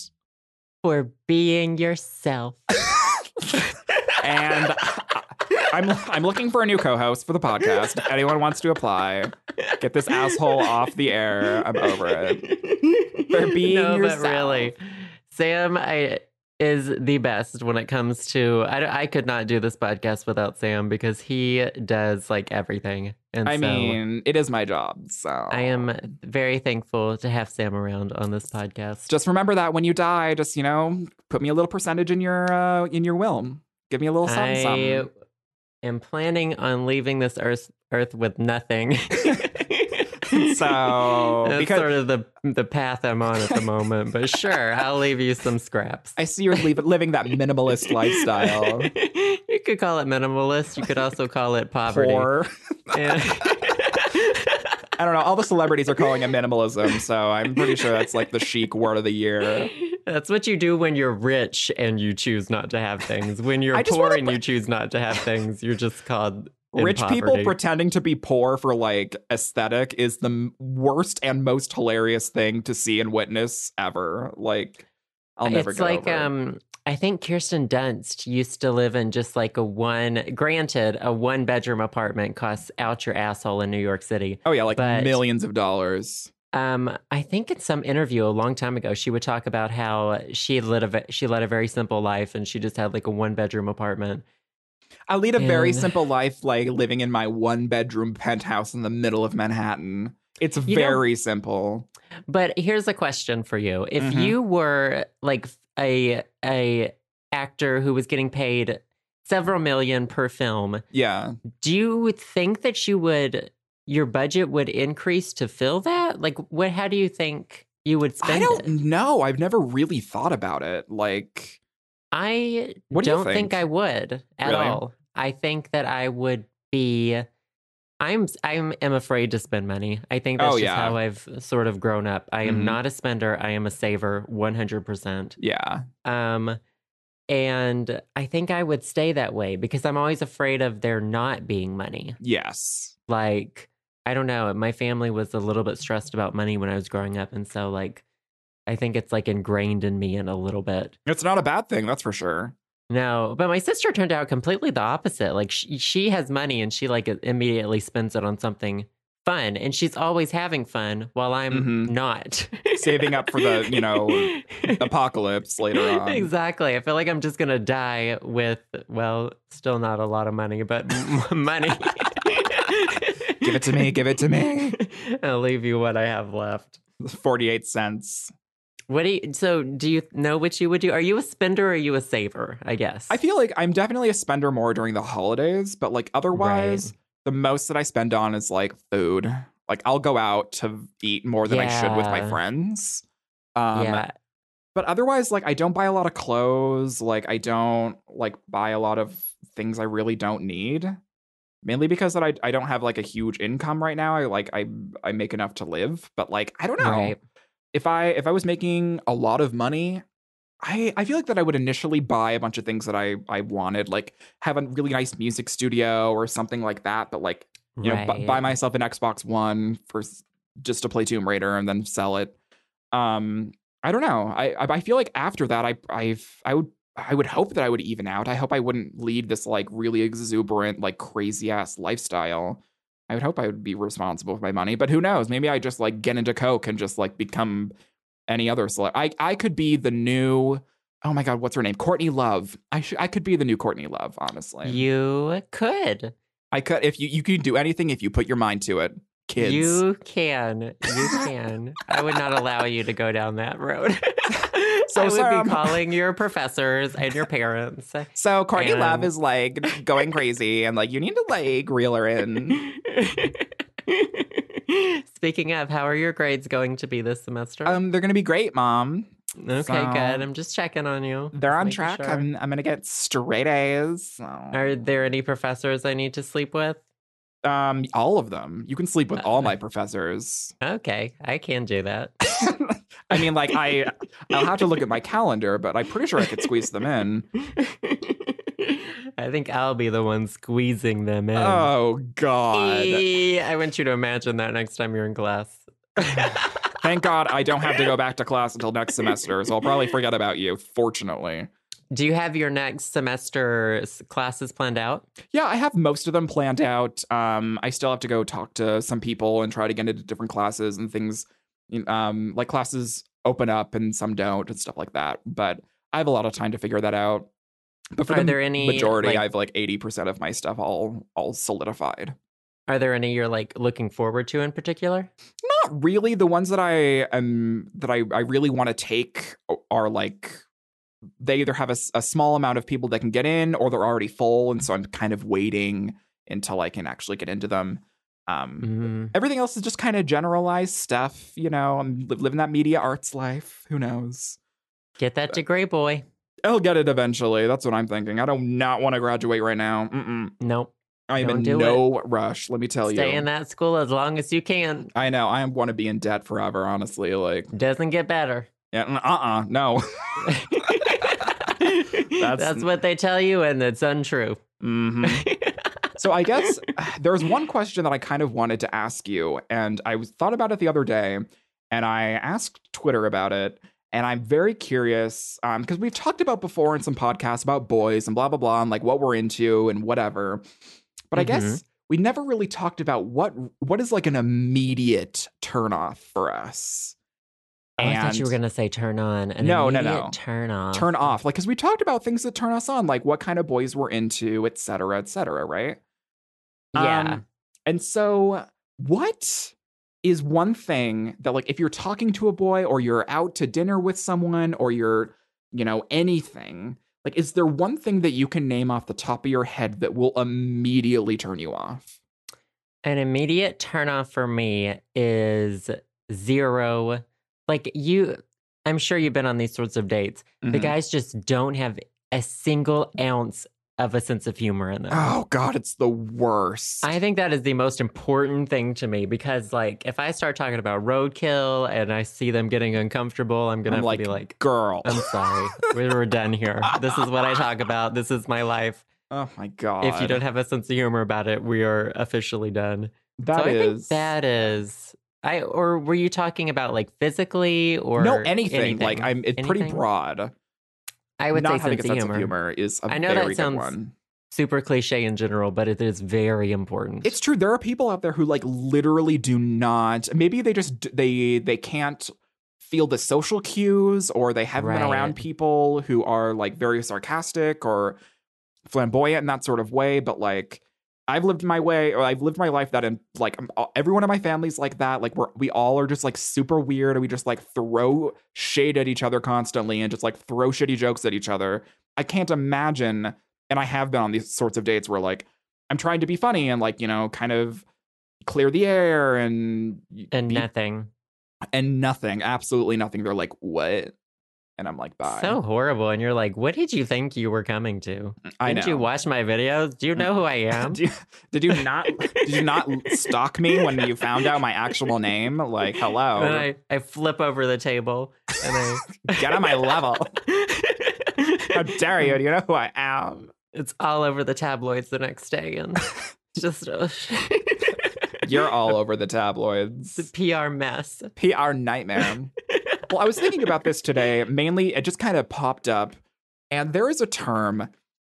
[SPEAKER 1] for being yourself.
[SPEAKER 2] And uh, I'm I'm looking for a new co-host for the podcast. Anyone wants to apply? Get this asshole off the air. I'm over it.
[SPEAKER 1] it.
[SPEAKER 2] For being
[SPEAKER 1] no,
[SPEAKER 2] yourself.
[SPEAKER 1] But really, Sam I, is the best when it comes to. I, don't- I could not do this podcast without Sam because he does like everything. And
[SPEAKER 2] I
[SPEAKER 1] so
[SPEAKER 2] mean, it is my job. So
[SPEAKER 1] I am very thankful to have Sam around on this podcast.
[SPEAKER 2] just remember that when you die, just you know, put me a little percentage in your uh, in your will. Give me a little something.
[SPEAKER 1] I
[SPEAKER 2] something.
[SPEAKER 1] am planning on leaving this earth earth with nothing.
[SPEAKER 2] So,
[SPEAKER 1] that's
[SPEAKER 2] because-
[SPEAKER 1] sort of the the path I'm on at the moment. But sure, I'll leave you some scraps.
[SPEAKER 2] I see you're leave- living that minimalist lifestyle.
[SPEAKER 1] you could call it minimalist. You could also call it poverty.
[SPEAKER 2] Poor.
[SPEAKER 1] Yeah.
[SPEAKER 2] I don't know. All the celebrities are calling it minimalism, so I'm pretty sure that's like the chic word of the year.
[SPEAKER 1] That's what you do when you're rich and you choose not to have things. When you're
[SPEAKER 2] I just
[SPEAKER 1] poor
[SPEAKER 2] wanna
[SPEAKER 1] and
[SPEAKER 2] put-
[SPEAKER 1] you choose not to have things, you're just called in
[SPEAKER 2] Rich people
[SPEAKER 1] poverty.
[SPEAKER 2] pretending to be poor for like aesthetic is the m- worst and most hilarious thing to see and witness ever. Like, I'll never
[SPEAKER 1] it's
[SPEAKER 2] get
[SPEAKER 1] like
[SPEAKER 2] over it.
[SPEAKER 1] um I think Kirsten Dunst used to live in just like a one granted, a one bedroom apartment costs out your asshole in New York City.
[SPEAKER 2] Oh yeah, like
[SPEAKER 1] but-
[SPEAKER 2] millions of dollars.
[SPEAKER 1] Um, I think in some interview a long time ago, she would talk about how she led a ve- she led a very simple life and she just had like a one bedroom apartment.
[SPEAKER 2] I lead a very
[SPEAKER 1] And-
[SPEAKER 2] simple life, like living in my one bedroom penthouse in the middle of Manhattan. It's
[SPEAKER 1] You know-
[SPEAKER 2] very simple.
[SPEAKER 1] But here's a question for you: If
[SPEAKER 2] Mhm.
[SPEAKER 1] you were like a a actor who was getting paid several million per film,
[SPEAKER 2] Yeah.
[SPEAKER 1] do you think that you would your budget would increase to fill that? Like, what? How do you think you would spend
[SPEAKER 2] I don't
[SPEAKER 1] it?
[SPEAKER 2] know. I've never really thought about it. Like,
[SPEAKER 1] I
[SPEAKER 2] What do you
[SPEAKER 1] not think?
[SPEAKER 2] think?
[SPEAKER 1] I would at
[SPEAKER 2] Really?
[SPEAKER 1] all. I think that I would be. I'm I'm am afraid to spend money. I think that's
[SPEAKER 2] Oh,
[SPEAKER 1] just
[SPEAKER 2] yeah.
[SPEAKER 1] how I've sort of grown up. I am
[SPEAKER 2] Mhm.
[SPEAKER 1] not a spender. I am a saver, one hundred percent.
[SPEAKER 2] yeah.
[SPEAKER 1] Um, and I think I would stay that way because I'm always afraid of there not being money.
[SPEAKER 2] Yes.
[SPEAKER 1] like I don't know, my family was a little bit stressed about money when I was growing up and so like I think it's like ingrained in me in a little bit.
[SPEAKER 2] It's not a bad thing, that's for sure.
[SPEAKER 1] No, but my sister turned out completely the opposite. Like she, she has money and she like immediately spends it on something fun and she's always having fun while I'm
[SPEAKER 2] Mhm.
[SPEAKER 1] not
[SPEAKER 2] Saving up for the, you know, Apocalypse later on.
[SPEAKER 1] Exactly. I feel like I'm just going to die with well, still not a lot of money, but money.
[SPEAKER 2] Give it to me. Give it to me.
[SPEAKER 1] I'll leave you what I have left.
[SPEAKER 2] 48 cents.
[SPEAKER 1] What do you, so do you know which you would do? Are you a spender or are you a saver? I guess.
[SPEAKER 2] I feel like I'm definitely a spender more during the holidays, but like otherwise, the most that I spend on is like food. Like I'll go out to eat more than I should with my
[SPEAKER 1] Yeah.
[SPEAKER 2] friends. Um,
[SPEAKER 1] yeah.
[SPEAKER 2] But otherwise, like I don't buy a lot of clothes. Like I don't like buy a lot of things I really don't need. Mainly because that I, I don't have like a huge income right now. I like I I make enough to live, but like I don't know
[SPEAKER 1] Right.
[SPEAKER 2] if I if I was making a lot of money, I I feel like that I would initially buy a bunch of things that I I wanted, like have a really nice music studio or something like that. But like you know, bu-
[SPEAKER 1] Right.
[SPEAKER 2] buy myself an Xbox One for s- just to play Tomb Raider and then sell it. Um, I don't know. I I, I feel like after that, I I've I would. I would hope that I would even out. I hope I wouldn't lead this like really exuberant, like crazy ass lifestyle. I would hope I would be responsible for my money, but who knows? Maybe I just like get into coke and just like become any other celeb. I I could be the new. Oh my god, what's her name? Courtney Love. I should I could be the new Courtney Love. Honestly,
[SPEAKER 1] You could.
[SPEAKER 2] I could if you you can do anything if you put your mind to it. Kids,
[SPEAKER 1] You can. You can. I would not allow you to go down that road.
[SPEAKER 2] So
[SPEAKER 1] I would
[SPEAKER 2] sorry, I'm-
[SPEAKER 1] be calling your professors and your parents.
[SPEAKER 2] So Courtney
[SPEAKER 1] And-
[SPEAKER 2] Love is like going crazy and like you need to like reel her in.
[SPEAKER 1] Speaking of, how are your grades going to be this semester?
[SPEAKER 2] Um, they're gonna be great, mom.
[SPEAKER 1] okay,
[SPEAKER 2] so-
[SPEAKER 1] good. I'm just checking on you.
[SPEAKER 2] They're
[SPEAKER 1] Just
[SPEAKER 2] on
[SPEAKER 1] making
[SPEAKER 2] track.
[SPEAKER 1] sure.
[SPEAKER 2] I'm I'm gonna get straight A's. So.
[SPEAKER 1] Are there any professors I need to sleep with?
[SPEAKER 2] Um, all of them. You can sleep with all my professors.
[SPEAKER 1] Okay, I can do that.
[SPEAKER 2] I mean, like I I'll have to look at my calendar, but I'm pretty sure I could squeeze them in.
[SPEAKER 1] I think I'll be the one squeezing them in.
[SPEAKER 2] Oh God.
[SPEAKER 1] Eh, I want you to imagine that next time you're in class.
[SPEAKER 2] Thank God I don't have to go back to class until next semester, so I'll probably forget about you, fortunately.
[SPEAKER 1] Do you have your next semester s- classes planned out?
[SPEAKER 2] Yeah, I have most of them planned out. Um, I still have to go talk to some people and try to get into different classes and things. you know, Um, like classes open up and some don't and stuff like that. But I have a lot of time to figure that out. But for
[SPEAKER 1] Are
[SPEAKER 2] the
[SPEAKER 1] there any
[SPEAKER 2] majority,
[SPEAKER 1] like,
[SPEAKER 2] I have like eighty percent of my stuff all all solidified.
[SPEAKER 1] Are there any you're like looking forward to in particular?
[SPEAKER 2] Not really. The ones that I am that I I really want to take are like they either have a, s- a small amount of people that can get in or they're already full, and so I'm kind of waiting until I can actually get into them. Um,
[SPEAKER 1] Mm,
[SPEAKER 2] everything else is just kind of generalized stuff you know i'm li- living that media arts life who knows
[SPEAKER 1] get that degree, boy.
[SPEAKER 2] i'll get it eventually that's what i'm thinking i don't not want to graduate right now Mm-mm.
[SPEAKER 1] Nope.
[SPEAKER 2] i am
[SPEAKER 1] Don't
[SPEAKER 2] in
[SPEAKER 1] do
[SPEAKER 2] no rush let me tell
[SPEAKER 1] Stay
[SPEAKER 2] you
[SPEAKER 1] in that school as long as you can.
[SPEAKER 2] i know i want to be in debt forever honestly like
[SPEAKER 1] Doesn't get better.
[SPEAKER 2] yeah, mm, uh-uh no
[SPEAKER 1] That's, what they tell you, and it's untrue.
[SPEAKER 2] Mhm. so i guess there was one question that i kind of wanted to ask you and i was, thought about it the other day and i asked twitter about it and i'm very curious because we've talked about before in some podcasts about boys and blah blah blah and like what we're into and whatever but i
[SPEAKER 1] Mm-hmm.
[SPEAKER 2] guess we never really talked about what what is like an immediate turnoff for us
[SPEAKER 1] Oh, I thought you
[SPEAKER 2] And-
[SPEAKER 1] were gonna say turn on. An
[SPEAKER 2] No, no,
[SPEAKER 1] immediate
[SPEAKER 2] no.
[SPEAKER 1] Turn off.
[SPEAKER 2] turn off like because we talked about things that turn us on like what kind of boys we're into et cetera et cetera right
[SPEAKER 1] Yeah.
[SPEAKER 2] Um, and so what is one thing that like if you're talking to a boy or you're out to dinner with someone or you're you know anything like is there one thing that you can name off the top of your head that will immediately turn you off
[SPEAKER 1] An immediate turnoff for me is zero. Like you, I'm sure you've been on these sorts of dates. The
[SPEAKER 2] Mhm.
[SPEAKER 1] guys just don't have a single ounce of a sense of humor in them.
[SPEAKER 2] oh god it's the worst
[SPEAKER 1] I think that is the most important thing to me because, like, if I start talking about roadkill and I see them getting uncomfortable, I'm gonna
[SPEAKER 2] I'm
[SPEAKER 1] have
[SPEAKER 2] like,
[SPEAKER 1] to be like, um,
[SPEAKER 2] girl
[SPEAKER 1] "I'm sorry, we were done here. This is what I talk about. This is my life.
[SPEAKER 2] oh my god
[SPEAKER 1] If you don't have a sense of humor about it, we are officially done."
[SPEAKER 2] that
[SPEAKER 1] so I
[SPEAKER 2] is-
[SPEAKER 1] think that is I or were you talking about like physically or
[SPEAKER 2] no anything. like i'm it's pretty
[SPEAKER 1] Anything?
[SPEAKER 2] broad
[SPEAKER 1] I would
[SPEAKER 2] not
[SPEAKER 1] say
[SPEAKER 2] having
[SPEAKER 1] sense
[SPEAKER 2] a
[SPEAKER 1] of
[SPEAKER 2] sense
[SPEAKER 1] humor.
[SPEAKER 2] of humor is a
[SPEAKER 1] I know that
[SPEAKER 2] very
[SPEAKER 1] sounds-
[SPEAKER 2] good one
[SPEAKER 1] Super cliche in general, but it is very important.
[SPEAKER 2] It's true. There are people out there who like literally do not. Maybe they just d- they they can't feel the social cues, or they haven't been around
[SPEAKER 1] Right.
[SPEAKER 2] people who are like very sarcastic or flamboyant in that sort of way. But like, I've lived my way, or I've lived my life that, in like, I'm- everyone in my family's like that. Like, we're we all are just like super weird, and we just like throw shade at each other constantly, and just like throw shitty jokes at each other. I can't imagine, and I have been on these sorts of dates where like I'm trying to be funny and like you know kind of clear the air and
[SPEAKER 1] and
[SPEAKER 2] be-
[SPEAKER 1] nothing.
[SPEAKER 2] and nothing, absolutely nothing. They're like what, and I'm like bye.
[SPEAKER 1] So horrible. And you're like, what did you think you were coming to?
[SPEAKER 2] I
[SPEAKER 1] Didn't
[SPEAKER 2] know. Mm.
[SPEAKER 1] you watch my videos? Do you know who I am?
[SPEAKER 2] Did you, did you not did you not stalk me when you found out my actual name? Like hello,
[SPEAKER 1] And then I, I flip over the table and I
[SPEAKER 2] get on my level. How dare you? Do you know who I am?
[SPEAKER 1] It's all over the tabloids the next day and just oh, a
[SPEAKER 2] You're all over the tabloids.
[SPEAKER 1] it's a PR mess.
[SPEAKER 2] PR nightmare. well, I was thinking about this today. Mainly, it just kind of popped up, and there is a term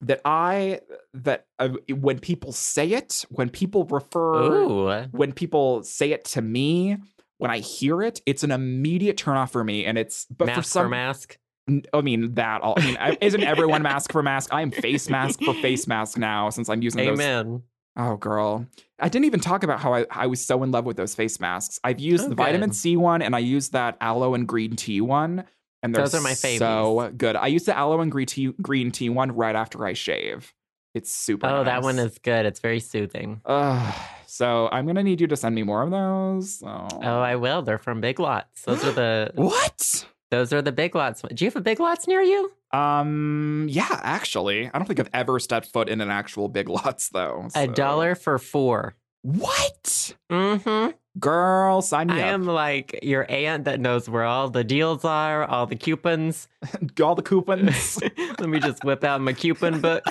[SPEAKER 2] that I that uh, when people say it, when people refer,
[SPEAKER 1] Ooh.
[SPEAKER 2] when people say it to me, when I hear it, it's an immediate turnoff for me. And it's but
[SPEAKER 1] mask
[SPEAKER 2] for some,
[SPEAKER 1] mask.
[SPEAKER 2] N- I mean that all. I mean, I- isn't everyone mask for mask? I am face mask for face mask now since I'm using those.
[SPEAKER 1] Amen.
[SPEAKER 2] Oh, girl, I didn't even talk about how I, I was so in love with those face masks. I've used
[SPEAKER 1] Oh,
[SPEAKER 2] the vitamin
[SPEAKER 1] good.
[SPEAKER 2] C one and I used that aloe and green tea one, and they're
[SPEAKER 1] Those are my
[SPEAKER 2] So
[SPEAKER 1] favies.
[SPEAKER 2] good. I use the aloe and green tea green tea one right after I shave. It's super.
[SPEAKER 1] Oh, that one
[SPEAKER 2] nice.
[SPEAKER 1] is good. It's very soothing.
[SPEAKER 2] Ugh. so I'm gonna need you to send me more of those. Oh,
[SPEAKER 1] Oh, I will. They're from Big Lots. Those are the
[SPEAKER 2] what?
[SPEAKER 1] those are the Big Lots. Do you have a Big Lots near you?
[SPEAKER 2] Um, yeah, actually, I don't think I've ever stepped foot in an actual Big Lots though.
[SPEAKER 1] A
[SPEAKER 2] so-
[SPEAKER 1] dollar for four.
[SPEAKER 2] What?
[SPEAKER 1] Mm-hmm.
[SPEAKER 2] Girl, sign me
[SPEAKER 1] I
[SPEAKER 2] up.
[SPEAKER 1] am like your aunt that knows where all the deals are, all the coupons.
[SPEAKER 2] All the coupons.
[SPEAKER 1] Let me just whip out my coupon book.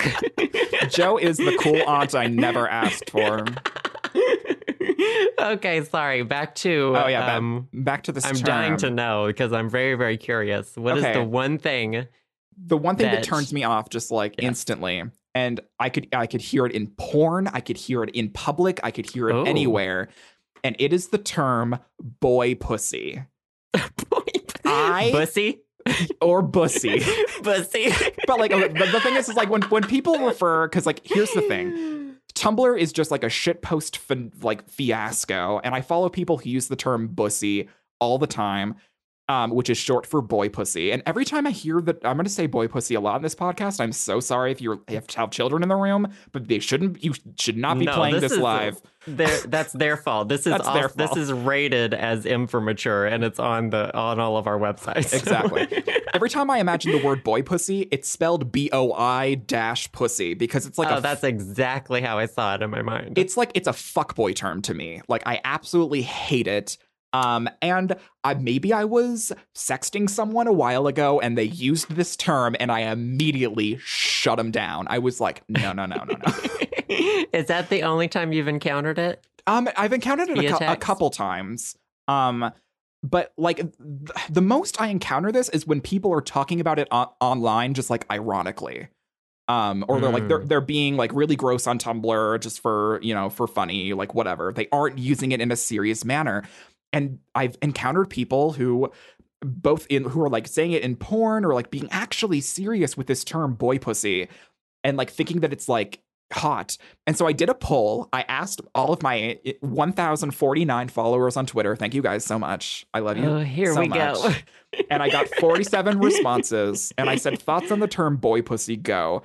[SPEAKER 2] Joe is the cool aunt I never asked for.
[SPEAKER 1] okay, sorry. Back to
[SPEAKER 2] Oh, yeah, back-
[SPEAKER 1] um,
[SPEAKER 2] Back to this.
[SPEAKER 1] I'm
[SPEAKER 2] term.
[SPEAKER 1] dying to know because I'm very, very curious. What is
[SPEAKER 2] Okay.
[SPEAKER 1] the one thing?
[SPEAKER 2] The one thing that
[SPEAKER 1] Bitch.
[SPEAKER 2] turns me off just like
[SPEAKER 1] Yeah.
[SPEAKER 2] instantly, and I could I could hear it in porn, I could hear it in public, I could hear it
[SPEAKER 1] Oh.
[SPEAKER 2] anywhere, and it is the term boy pussy I-
[SPEAKER 1] Bussy?
[SPEAKER 2] or bussy.
[SPEAKER 1] Bussy.
[SPEAKER 2] but like okay, the, the thing is, is like when when people refer because like here's the thing. Tumblr is just like a shitpost fin- like fiasco, and I follow people who use the term "bussy" all the time, um, which is short for boy pussy. And every time I hear that, I'm going to say "boy pussy" a lot in this podcast. I'm so sorry if you have have children in the room, but they shouldn't. You should not be
[SPEAKER 1] No,
[SPEAKER 2] playing
[SPEAKER 1] this
[SPEAKER 2] this
[SPEAKER 1] is-
[SPEAKER 2] live.
[SPEAKER 1] Their- that's their fault. This is
[SPEAKER 2] That's
[SPEAKER 1] off-
[SPEAKER 2] their
[SPEAKER 1] this
[SPEAKER 2] fault.
[SPEAKER 1] is rated as M for mature, and it's on the on all of our websites.
[SPEAKER 2] Exactly. Every time I imagine the word "boy pussy," it's spelled "b o i dash pussy" because it's like
[SPEAKER 1] oh,
[SPEAKER 2] a
[SPEAKER 1] that's exactly how I saw it in my mind.
[SPEAKER 2] it's like it's a fuckboy term to me. Like I absolutely hate it. Um, and I, maybe I was sexting someone a while ago, and they used this term, and I immediately shut them down. I was like, no, no, no, no, no.
[SPEAKER 1] is that the only time you've encountered it?
[SPEAKER 2] um, I've encountered it a,
[SPEAKER 1] Via
[SPEAKER 2] cou- a
[SPEAKER 1] text.
[SPEAKER 2] couple times. Um, but like th- the most I encounter this is when people are talking about it on- online, just like ironically. Um, or they're like they're
[SPEAKER 1] Mm.
[SPEAKER 2] they're being like really gross on Tumblr just for you know for funny like whatever they aren't using it in a serious manner, and I've encountered people who both in who are like saying it in porn or like being actually serious with this term boy pussy, and like thinking that it's like hot. And so I did a poll. I asked all of my eh, 1,049 followers on Twitter. Thank you guys so much. I love you
[SPEAKER 1] Oh, here
[SPEAKER 2] so
[SPEAKER 1] we go.
[SPEAKER 2] much. and I got 47 responses and I said thoughts on the term boy pussy go.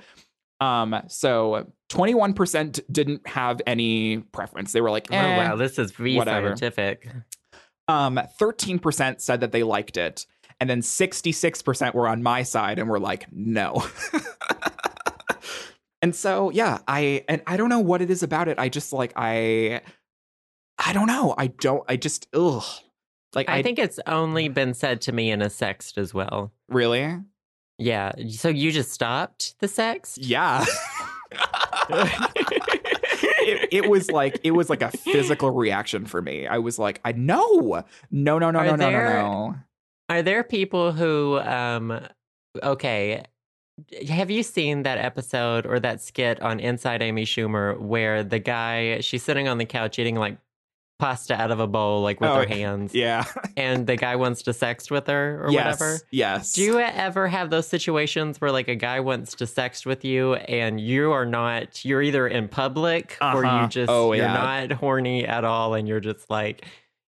[SPEAKER 2] Um so 21% didn't have any preference. They were like,
[SPEAKER 1] Oh
[SPEAKER 2] eh.
[SPEAKER 1] wow, this is very
[SPEAKER 2] whatever.
[SPEAKER 1] scientific.
[SPEAKER 2] um 13% said that they liked it. And then 66% were on my side and were like, "No." and so, yeah, I and I don't know what it is about it. I just like I I don't know. I don't I just ugh. Like
[SPEAKER 1] I,
[SPEAKER 2] I,
[SPEAKER 1] think it's only been said to me in a sext as well.
[SPEAKER 2] really?
[SPEAKER 1] Yeah. So you just stopped the sext?
[SPEAKER 2] Yeah. it, it was like it was like a physical reaction for me. I was like, I no, no, no, no,
[SPEAKER 1] Are
[SPEAKER 2] no, no,
[SPEAKER 1] there-
[SPEAKER 2] no, no.
[SPEAKER 1] Are there people who um okay, have you seen that episode or that skit on Inside Amy Schumer where the guy she's sitting on the couch eating like pasta out of a bowl like with
[SPEAKER 2] Oh,
[SPEAKER 1] her hands
[SPEAKER 2] Yeah.
[SPEAKER 1] and the guy wants to sext with her or
[SPEAKER 2] yes.
[SPEAKER 1] whatever?
[SPEAKER 2] Yes.
[SPEAKER 1] Do you ever have those situations where like a guy wants to sext with you and you are not you're either in public or
[SPEAKER 2] Uh-huh.
[SPEAKER 1] you just
[SPEAKER 2] Oh,
[SPEAKER 1] you're
[SPEAKER 2] yeah.
[SPEAKER 1] not horny at all and you're just like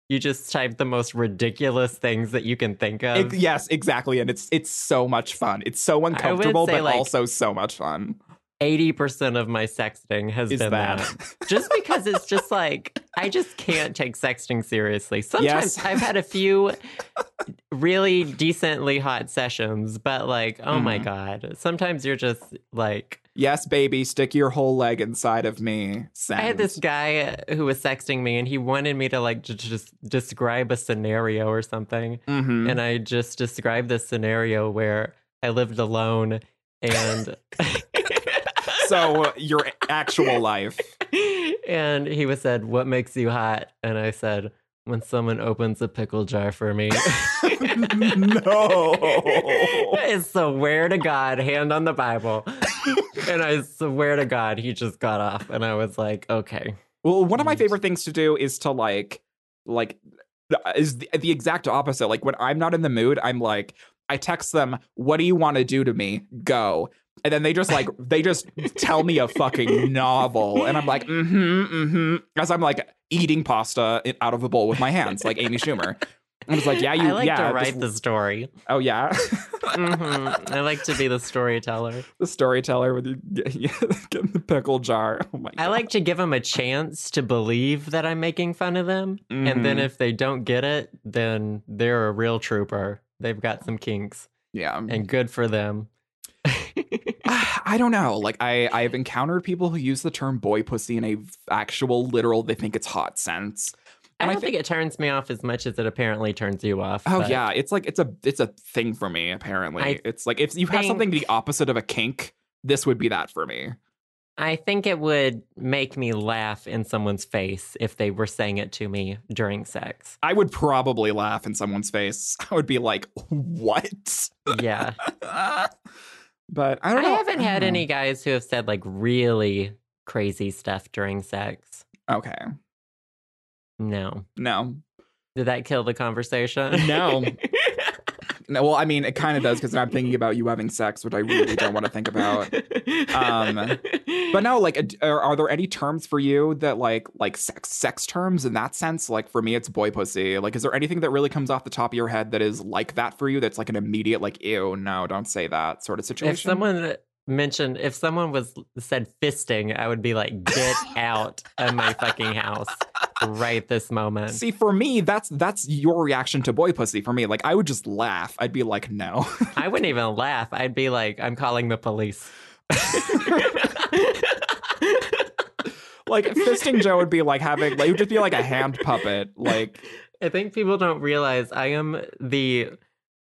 [SPEAKER 1] you just type the most ridiculous things that you can think of.
[SPEAKER 2] Ex- yes, exactly, and it's it's so much fun. It's so uncomfortable,
[SPEAKER 1] say,
[SPEAKER 2] but
[SPEAKER 1] like,
[SPEAKER 2] also so much fun.
[SPEAKER 1] 80% of my sexting has
[SPEAKER 2] Is
[SPEAKER 1] been
[SPEAKER 2] that?
[SPEAKER 1] that. just because it's just like I just can't take sexting seriously. Sometimes
[SPEAKER 2] Yes.
[SPEAKER 1] I've had a few really decently hot sessions, but like oh my
[SPEAKER 2] Mhm.
[SPEAKER 1] god, sometimes you're just like
[SPEAKER 2] yes, baby, stick your whole leg inside of me. Send.
[SPEAKER 1] I had this guy who was sexting me, and he wanted me to like j- just describe a scenario or something,
[SPEAKER 2] Mhm.
[SPEAKER 1] and I just described this scenario where I lived alone, and
[SPEAKER 2] so your actual life.
[SPEAKER 1] and he was said, "What makes you hot?" And I said, "When someone opens a pickle jar for me."
[SPEAKER 2] no.
[SPEAKER 1] It's the where to God, hand on the Bible. and I swear to God, he just got off, and I was like, okay.
[SPEAKER 2] Well, one
[SPEAKER 1] Mm-hmm.
[SPEAKER 2] of my favorite things to do is to like, like, is the, the exact opposite. Like when I'm not in the mood, I'm like, I text them, "What do you want to do to me? Go." And then they just like they just tell me a fucking novel, and I'm like, mm-hmm, mm-hmm, as I'm like eating pasta in- out of a bowl with my hands, like Amy Schumer. I was like, yeah, you,
[SPEAKER 1] I like
[SPEAKER 2] yeah,
[SPEAKER 1] to write
[SPEAKER 2] this-
[SPEAKER 1] the story.
[SPEAKER 2] oh yeah,
[SPEAKER 1] Mhm. I like to be the storyteller.
[SPEAKER 2] the storyteller with you, yeah, get in the pickle jar. Oh my god,
[SPEAKER 1] I like to give them a chance to believe that I'm making fun of them. And then
[SPEAKER 2] Mhm.
[SPEAKER 1] if they don't get it, then they're a real trooper. They've got some kinks
[SPEAKER 2] yeah.
[SPEAKER 1] and good for them.
[SPEAKER 2] I don't know. Like I, I've encountered people who use the term boy pussy in a v- actual literal. They think it's hot sense.
[SPEAKER 1] I
[SPEAKER 2] And I
[SPEAKER 1] don't think it turns me off as much as it apparently turns you off.
[SPEAKER 2] Oh
[SPEAKER 1] but
[SPEAKER 2] yeah, it's like it's a it's a thing for me. Apparently,
[SPEAKER 1] I
[SPEAKER 2] it's like if you have something
[SPEAKER 1] think-
[SPEAKER 2] the opposite of a kink, this would be that for me.
[SPEAKER 1] I think it would make me laugh in someone's face if they were saying it to me during sex.
[SPEAKER 2] I would probably laugh in someone's face. I would be like, "What?"
[SPEAKER 1] Yeah.
[SPEAKER 2] but I
[SPEAKER 1] I,
[SPEAKER 2] don't. know.
[SPEAKER 1] haven't had
[SPEAKER 2] Mm.
[SPEAKER 1] any guys who have said like really crazy stuff during sex.
[SPEAKER 2] Okay,
[SPEAKER 1] No.
[SPEAKER 2] no,
[SPEAKER 1] Did that kill the conversation?
[SPEAKER 2] No. no. Well, I mean, it kind of does because I'm thinking about you having sex, which I really don't want to think about. Um, But no, like, ad- are, are there any terms for you that like like sex sex terms in that sense? Like for me, it's boy pussy. Like, is there anything that really comes off the top of your head that is like that for you? That's like an immediate like, ew, no, don't say that sort of situation.
[SPEAKER 1] if someone mentioned if someone was said fisting, I would be like, get out of my fucking house right this moment.
[SPEAKER 2] See, for me, that's that's your reaction to boy pussy. For me, like, I would just laugh. I'd be like, no.
[SPEAKER 1] I wouldn't even laugh. I'd be like, I'm calling the police.
[SPEAKER 2] like fisting Joe would be like having like it would just be like a hand puppet. Like,
[SPEAKER 1] I think people don't realize I am the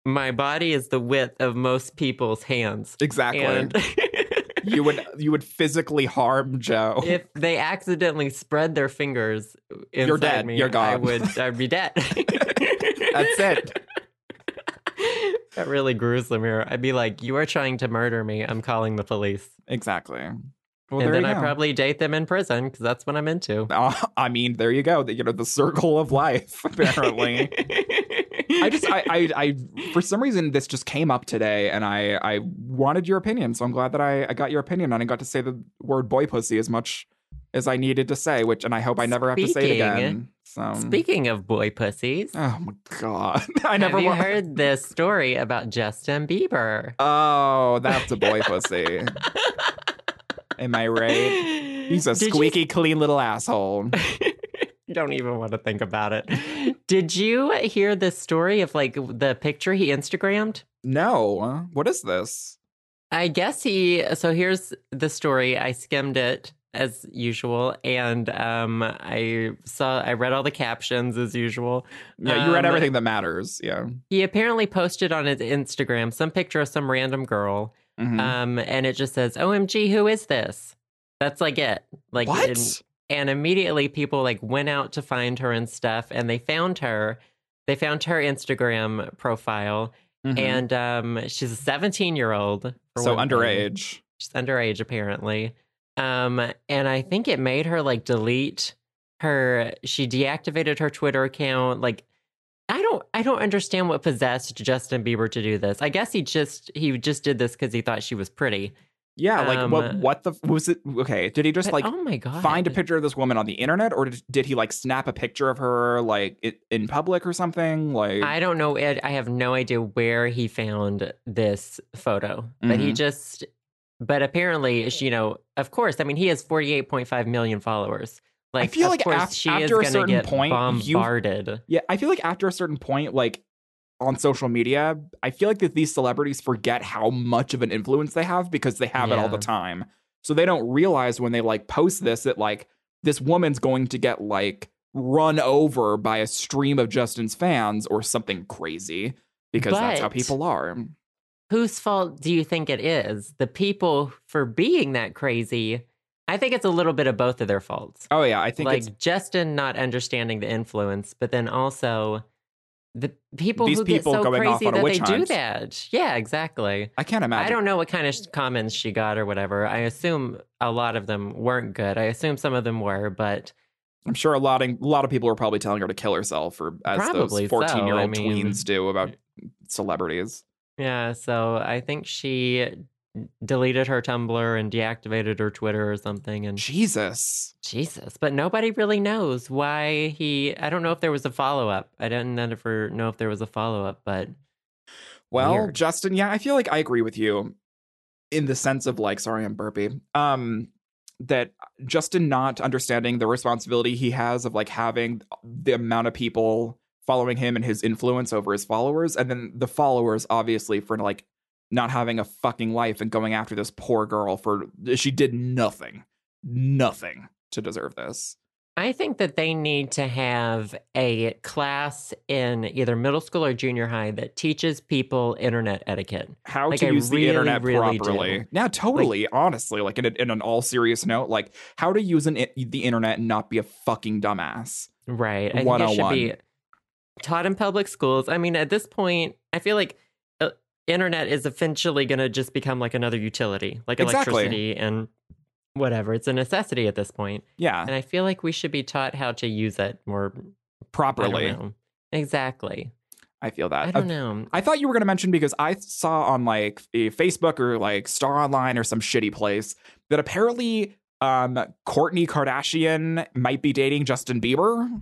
[SPEAKER 1] my body is the width of most people's hands.
[SPEAKER 2] exactly.
[SPEAKER 1] And
[SPEAKER 2] you would you would physically harm Joe.
[SPEAKER 1] if they accidentally spread their fingers inside
[SPEAKER 2] You're dead.
[SPEAKER 1] me,
[SPEAKER 2] You're
[SPEAKER 1] I
[SPEAKER 2] gone.
[SPEAKER 1] would I'd be dead. That's
[SPEAKER 2] that's it.
[SPEAKER 1] That really gruesome here. I'd be like, you are trying to murder me. I'm calling the police.
[SPEAKER 2] Exactly. Well,
[SPEAKER 1] and
[SPEAKER 2] there
[SPEAKER 1] then
[SPEAKER 2] you
[SPEAKER 1] I
[SPEAKER 2] go.
[SPEAKER 1] probably date them in prison because that's what I'm into.
[SPEAKER 2] Uh, I mean, there you go. The, you know, the circle of life. Apparently, I just, I, I, I, for some reason, this just came up today, and I, I wanted your opinion. So I'm glad that I, I got your opinion, and I got to say the word boy pussy as much as I needed to say, which, and I hope I never have to say it
[SPEAKER 1] Speaking-
[SPEAKER 2] again. So,
[SPEAKER 1] Speaking of boy pussies,
[SPEAKER 2] oh my god, Um, I never
[SPEAKER 1] have you
[SPEAKER 2] wa-
[SPEAKER 1] heard this story about Justin Bieber?
[SPEAKER 2] Oh, that's a boy pussy. Am I right? He's a
[SPEAKER 1] Did you-
[SPEAKER 2] squeaky clean little asshole.
[SPEAKER 1] You don't even want to think about it. Did you hear this story of like the picture he Instagrammed?
[SPEAKER 2] No, what is this?
[SPEAKER 1] I guess he. So here's the story. I skimmed it as usual, and um, I saw. I read all the captions as usual.
[SPEAKER 2] Yeah, you read
[SPEAKER 1] Um,
[SPEAKER 2] everything that matters. Yeah.
[SPEAKER 1] He apparently posted on his Instagram some picture of some random girl,
[SPEAKER 2] Mhm.
[SPEAKER 1] um, and it just says, "OMG, who is this?" That's like it. Like
[SPEAKER 2] what?
[SPEAKER 1] in- and immediately people like went out to find her and stuff and they found her they found her instagram profile
[SPEAKER 2] Mhm.
[SPEAKER 1] and um she's a 17 year old
[SPEAKER 2] so underage.
[SPEAKER 1] she's underage apparently um and i think it made her like delete her she deactivated her twitter account like i don't i don't understand what possessed justin bieber to do this i guess he just he just did this because he thought she was pretty
[SPEAKER 2] Yeah, like what?
[SPEAKER 1] um,
[SPEAKER 2] What the f- was it? Okay, did he just
[SPEAKER 1] But,
[SPEAKER 2] like
[SPEAKER 1] oh my god
[SPEAKER 2] find a picture of this woman on the internet, or did, did he like snap a picture of her like i in public or something? Like,
[SPEAKER 1] I don't know. Ed, I have no idea where he found this photo, but he
[SPEAKER 2] Mhm.
[SPEAKER 1] just, but apparently, she- you know, of course, I mean, he has 48.5 million followers.
[SPEAKER 2] I
[SPEAKER 1] Like,
[SPEAKER 2] feel
[SPEAKER 1] of
[SPEAKER 2] like
[SPEAKER 1] course,
[SPEAKER 2] af-
[SPEAKER 1] she is
[SPEAKER 2] after a
[SPEAKER 1] going to
[SPEAKER 2] certain
[SPEAKER 1] get
[SPEAKER 2] point, you-
[SPEAKER 1] bombarded.
[SPEAKER 2] yeah, I feel like after a certain point, like on social media, I feel like that these celebrities forget how much of an influence they have because they have it all
[SPEAKER 1] Yeah.
[SPEAKER 2] the time. So they don't realize when they like post this that like this woman's going to get like run over by a stream of Justin's fans or something crazy because that's how
[SPEAKER 1] But-
[SPEAKER 2] people are.
[SPEAKER 1] Whose fault do you think it is? The people for being that crazy? I think it's a little bit of both of their faults.
[SPEAKER 2] Oh yeah, I think it's
[SPEAKER 1] Like Justin not understanding the influence, but then also the people
[SPEAKER 2] These
[SPEAKER 1] who
[SPEAKER 2] people
[SPEAKER 1] get so
[SPEAKER 2] going off
[SPEAKER 1] crazy
[SPEAKER 2] on a
[SPEAKER 1] that
[SPEAKER 2] witch
[SPEAKER 1] they do
[SPEAKER 2] hunt.
[SPEAKER 1] that. Yeah, exactly.
[SPEAKER 2] I can't imagine.
[SPEAKER 1] I don't know what kind of sh- comments she got or whatever. I assume a lot of them weren't good. I assume some of them were, but
[SPEAKER 2] I'm sure a lot, a lot of people are probably telling her to kill herself, or as
[SPEAKER 1] Probably
[SPEAKER 2] those
[SPEAKER 1] so,
[SPEAKER 2] 14 year
[SPEAKER 1] I
[SPEAKER 2] old
[SPEAKER 1] mean-
[SPEAKER 2] tweens do about celebrities.
[SPEAKER 1] yeah. So I think she deleted her Tumblr and deactivated her Twitter or something. And
[SPEAKER 2] Jesus.
[SPEAKER 1] Jesus, but nobody really knows why he. I don't know if there was a follow up. I didn't ever know if there was a follow up, but
[SPEAKER 2] Well,
[SPEAKER 1] Weird.
[SPEAKER 2] Justin, yeah, I feel like I agree with you in the sense of like, sorry, I'm burpy. Um, that Justin not understanding the responsibility he has of like having the amount of people following him and his influence over his followers, and then the followers obviously for like not having a fucking life and going after this poor girl for she did nothing, nothing to deserve this.
[SPEAKER 1] I think that they need to have a class in either middle school or junior high that teaches people internet etiquette.
[SPEAKER 2] how
[SPEAKER 1] Like,
[SPEAKER 2] to
[SPEAKER 1] I
[SPEAKER 2] use
[SPEAKER 1] really,
[SPEAKER 2] the internet
[SPEAKER 1] really
[SPEAKER 2] properly.
[SPEAKER 1] do.
[SPEAKER 2] Yeah, totally. honestly, like in, a, in an all serious note, like how to use an i- the internet and not be a fucking dumbass.
[SPEAKER 1] Right. I think it should be
[SPEAKER 2] 101.
[SPEAKER 1] taught in public schools. I mean, at this point, I feel like uh, internet is essentially going to just become like another utility, like
[SPEAKER 2] Exactly.
[SPEAKER 1] electricity and whatever. It's a necessity at this point.
[SPEAKER 2] Yeah,
[SPEAKER 1] And I feel like we should be taught how to use it more I don't
[SPEAKER 2] properly. I,
[SPEAKER 1] know. Exactly.
[SPEAKER 2] feel that.
[SPEAKER 1] I
[SPEAKER 2] Uh,
[SPEAKER 1] don't know.
[SPEAKER 2] I thought you were going to mention because I saw on like eh, Facebook or like Star Online or some shitty place that apparently um Courtney Kardashian might be dating Justin Bieber.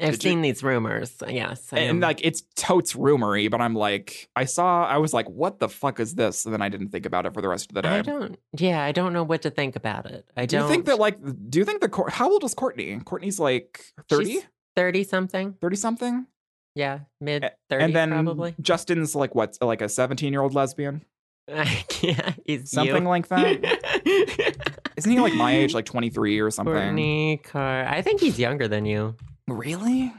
[SPEAKER 1] I've
[SPEAKER 2] Did you-
[SPEAKER 1] seen these rumors. Yes. I
[SPEAKER 2] and
[SPEAKER 1] am-
[SPEAKER 2] like it's totes rumory, but I'm like I saw I was like what the fuck is this? And then I didn't think about it for the rest of the day.
[SPEAKER 1] I don't. Yeah, I don't know what to think about it. I
[SPEAKER 2] Do
[SPEAKER 1] don't
[SPEAKER 2] you think that like do you think the Cour- how old is Courtney? Courtney's like 30,
[SPEAKER 1] She's thirty something.
[SPEAKER 2] 30 something.
[SPEAKER 1] Yeah, mid
[SPEAKER 2] A-
[SPEAKER 1] thirty
[SPEAKER 2] And then
[SPEAKER 1] probably.
[SPEAKER 2] Justin's like what like a 17-year-old lesbian?
[SPEAKER 1] I can't. It's
[SPEAKER 2] Something
[SPEAKER 1] you.
[SPEAKER 2] like that. Isn't he like my age like 23 or something?
[SPEAKER 1] Courtney Car. I think he's younger than you.
[SPEAKER 2] Really?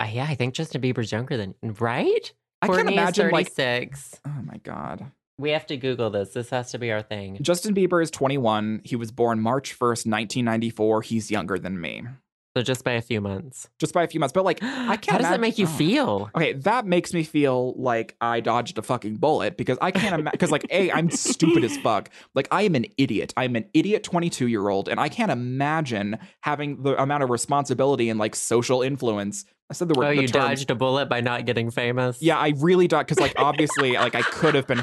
[SPEAKER 1] Uh, yeah, I think Justin Bieber's younger than right.
[SPEAKER 2] I can't
[SPEAKER 1] Courtney
[SPEAKER 2] imagine
[SPEAKER 1] is
[SPEAKER 2] like
[SPEAKER 1] thirty-six.
[SPEAKER 2] oh my god.
[SPEAKER 1] We have to Google this. This has to be our thing.
[SPEAKER 2] Justin Bieber is 21. He was born March 1st, 1994. He's younger than me.
[SPEAKER 1] So just by a few months.
[SPEAKER 2] Just by a few months. But like I can't
[SPEAKER 1] How does that
[SPEAKER 2] imag-
[SPEAKER 1] make you
[SPEAKER 2] Oh.
[SPEAKER 1] feel?
[SPEAKER 2] Okay, that makes me feel like I dodged a fucking bullet because I can't imagine. Because like, a, I'm stupid as fuck. Like, I am an idiot. I'm an idiot, 22 year old, and I can't imagine having the amount of responsibility and like social influence. I said the word.
[SPEAKER 1] Oh,
[SPEAKER 2] the
[SPEAKER 1] you
[SPEAKER 2] term-
[SPEAKER 1] dodged a bullet by not getting famous.
[SPEAKER 2] Yeah, I really dodged because like obviously like I could have been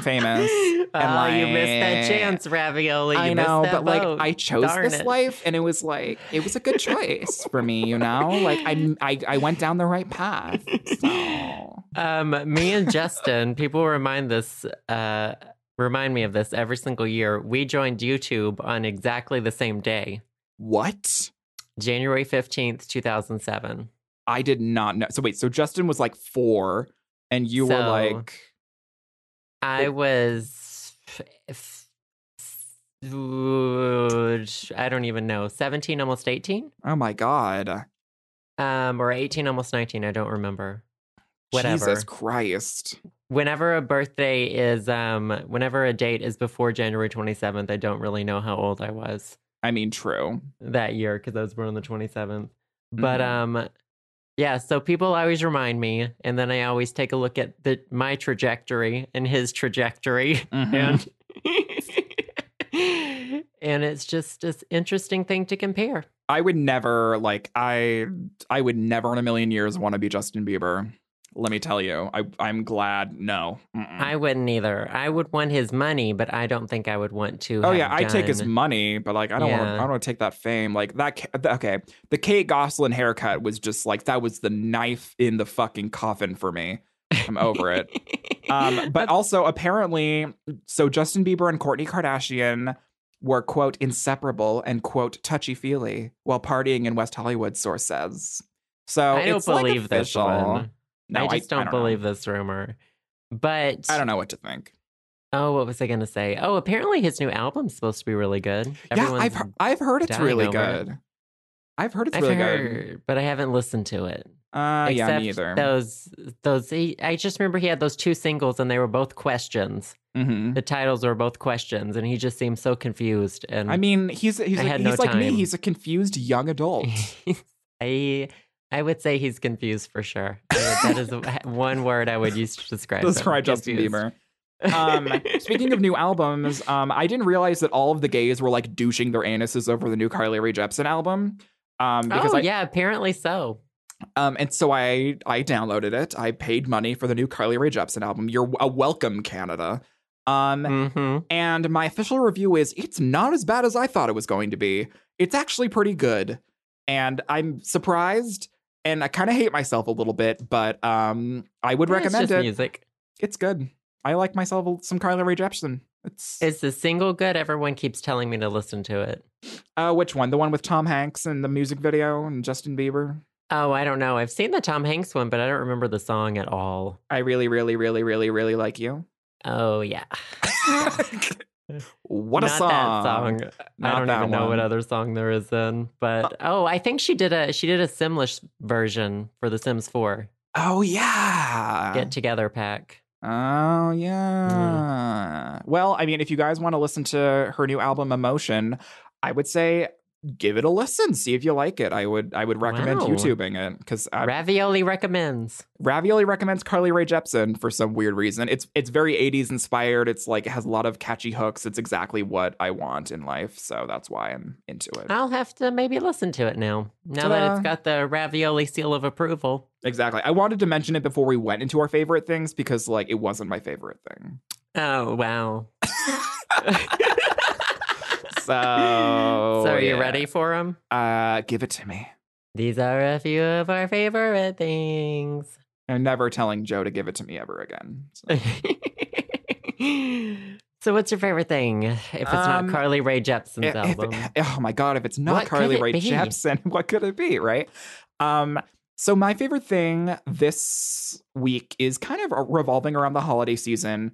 [SPEAKER 2] famous.
[SPEAKER 1] oh, you missed that
[SPEAKER 2] like-
[SPEAKER 1] chance, Ravioli. You
[SPEAKER 2] I
[SPEAKER 1] missed
[SPEAKER 2] know,
[SPEAKER 1] that
[SPEAKER 2] but like
[SPEAKER 1] boat.
[SPEAKER 2] I chose
[SPEAKER 1] Darn
[SPEAKER 2] this
[SPEAKER 1] it.
[SPEAKER 2] life, and it was like it was a good choice for me. You know, like I I, I went down the right path. So.
[SPEAKER 1] Um, me and Justin, people remind this, uh, remind me of this every single year. We joined YouTube on exactly the same day,
[SPEAKER 2] What?
[SPEAKER 1] January fifteenth, two thousand seven.
[SPEAKER 2] I did not know. So wait, so Justin was like four, and you were
[SPEAKER 1] So-
[SPEAKER 2] like
[SPEAKER 1] I was, f- f- I don't even know, seventeen, almost eighteen,
[SPEAKER 2] oh my god,
[SPEAKER 1] um, or eighteen, almost nineteen. I don't remember. Whatever.
[SPEAKER 2] Jesus Christ.
[SPEAKER 1] whenever a birthday is um whenever a date is before january 27th i don't really know how old i was
[SPEAKER 2] I mean, true.
[SPEAKER 1] that year because i was born on the 27th but
[SPEAKER 2] Mhm.
[SPEAKER 1] um yeah so people always remind me and then i always take a look at the my trajectory and his trajectory
[SPEAKER 2] Mhm.
[SPEAKER 1] and and it's just this interesting thing to compare
[SPEAKER 2] I would never like I I would never in a million years want to be Justin Bieber. Let me tell you, I I'm glad. No, Mm-mm.
[SPEAKER 1] i wouldn't either i would want his money but i don't think i would want to
[SPEAKER 2] Oh
[SPEAKER 1] have
[SPEAKER 2] yeah, I take his
[SPEAKER 1] done-
[SPEAKER 2] money, but like I don't want
[SPEAKER 1] Yeah.
[SPEAKER 2] to. I don't want to take that fame. Like that. Ca- th- Okay, the Kate Gosselin haircut was just like that was the knife in the fucking coffin for me. I'm over it. Um, but also apparently, so Justin Bieber and Courtney Kardashian were quote inseparable and quote touchy feely while partying in West Hollywood. Source says. So
[SPEAKER 1] I don't
[SPEAKER 2] it's, like,
[SPEAKER 1] believe this
[SPEAKER 2] official.
[SPEAKER 1] one.
[SPEAKER 2] No,
[SPEAKER 1] I just don't,
[SPEAKER 2] know.
[SPEAKER 1] believe this rumor. But
[SPEAKER 2] I don't know what to think.
[SPEAKER 1] oh, what was I going to say? Oh, apparently his new album's supposed to be really good.
[SPEAKER 2] yeah, I've he- I've heard it's
[SPEAKER 1] dying
[SPEAKER 2] really
[SPEAKER 1] over it.
[SPEAKER 2] good. I've heard it's
[SPEAKER 1] I've
[SPEAKER 2] really
[SPEAKER 1] heard, but I haven't listened to it.
[SPEAKER 2] good. Uh, yeah,
[SPEAKER 1] Except
[SPEAKER 2] me either.
[SPEAKER 1] Those, those. He, I just remember he had those two singles, and they were both questions.
[SPEAKER 2] mm-hmm.
[SPEAKER 1] The titles were both questions, and he just seemed so confused. And
[SPEAKER 2] I mean, he's he's
[SPEAKER 1] Mm. I
[SPEAKER 2] like,
[SPEAKER 1] had
[SPEAKER 2] he's
[SPEAKER 1] no
[SPEAKER 2] like me.
[SPEAKER 1] time.
[SPEAKER 2] He's a confused young adult.
[SPEAKER 1] I I would say he's confused for sure. I would- that is one word I would use to describe.
[SPEAKER 2] Let's
[SPEAKER 1] him.
[SPEAKER 2] try Justin
[SPEAKER 1] Confused.
[SPEAKER 2] Bieber. Um, speaking of new albums, um, I didn't realize that all of the gays were like douching their anuses over the new Carly Rae Jepsen album. Um, because
[SPEAKER 1] oh
[SPEAKER 2] I,
[SPEAKER 1] yeah, apparently so.
[SPEAKER 2] um, and so I I downloaded it. I paid money for the new Carly Rae Jepsen album. You're a welcome, Canada. Um,
[SPEAKER 1] hmm
[SPEAKER 2] and my official review is it's not as bad as I thought it was going to be. It's actually pretty good. And I'm surprised and I kind of hate myself a little bit, but um I would recommend
[SPEAKER 1] it's just
[SPEAKER 2] it.
[SPEAKER 1] music.
[SPEAKER 2] It's good. I like myself some Carly Rae Jepsen. It's
[SPEAKER 1] Is the single good? Everyone keeps telling me to listen to it.
[SPEAKER 2] uh which one? The one with Tom Hanks and the music video and Justin Bieber?
[SPEAKER 1] Oh, I don't know. I've seen the Tom Hanks one, but I don't remember the song at all.
[SPEAKER 2] I really really really really really like you.
[SPEAKER 1] Oh yeah,
[SPEAKER 2] what a
[SPEAKER 1] Not
[SPEAKER 2] song.
[SPEAKER 1] That song. I
[SPEAKER 2] Not
[SPEAKER 1] don't
[SPEAKER 2] that
[SPEAKER 1] even know
[SPEAKER 2] one. Uh
[SPEAKER 1] what other song there is in. But oh, I think she did a she did a Simlish version for The Sims 4
[SPEAKER 2] Oh yeah.
[SPEAKER 1] Get Together pack.
[SPEAKER 2] Oh yeah.
[SPEAKER 1] Mm.
[SPEAKER 2] Well, I mean, if you guys want to listen to her new album Emotion, I would say give it a listen, see if you like it. I would I would recommend
[SPEAKER 1] Wow.
[SPEAKER 2] YouTubing it because
[SPEAKER 1] Ravioli recommends.
[SPEAKER 2] Ravioli recommends Carly Rae Jepsen for some weird reason. It's it's very 80s inspired. It's like it has a lot of catchy hooks. It's exactly what I want in life, so that's why I'm into it.
[SPEAKER 1] I'll have to maybe listen to it now. Now that
[SPEAKER 2] Ta-da.
[SPEAKER 1] it's got the ravioli seal of approval.
[SPEAKER 2] Exactly. I wanted to mention it before we went into our favorite things because like it wasn't my favorite thing.
[SPEAKER 1] Oh wow.
[SPEAKER 2] So
[SPEAKER 1] so are you
[SPEAKER 2] Oh, yeah.
[SPEAKER 1] ready for them?
[SPEAKER 2] Uh give it to me.
[SPEAKER 1] These are a few of our favorite things.
[SPEAKER 2] I'm never telling Joe to give it to me ever again. So-
[SPEAKER 1] so what's your favorite thing? If it's
[SPEAKER 2] Um,
[SPEAKER 1] not Carly Rae Jepsen's
[SPEAKER 2] If- if-
[SPEAKER 1] album.
[SPEAKER 2] oh my god, if it's not
[SPEAKER 1] What could
[SPEAKER 2] Carly
[SPEAKER 1] it
[SPEAKER 2] Rae
[SPEAKER 1] be?
[SPEAKER 2] Jepsen, what could it be, right? Um, so my favorite thing this week is kind of revolving around the holiday season,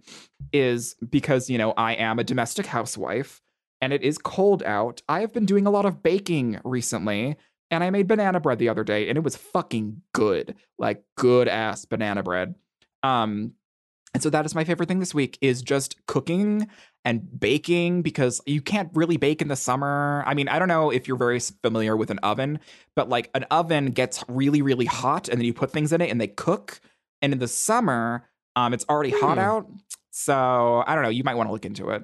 [SPEAKER 2] is because you know I am a domestic housewife and it is cold out. I have been doing a lot of baking recently. And I made banana bread the other day and it was fucking good. Like good ass banana bread. Um and so that is my favorite thing this week is just cooking and baking because you can't really bake in the summer. I mean, I don't know if you're very s- familiar with an oven, but like an oven gets really, really hot and then you put things in it and they cook. And in the summer, um, it's already hot
[SPEAKER 1] Hmm.
[SPEAKER 2] out. So I don't know. You might want to look into it.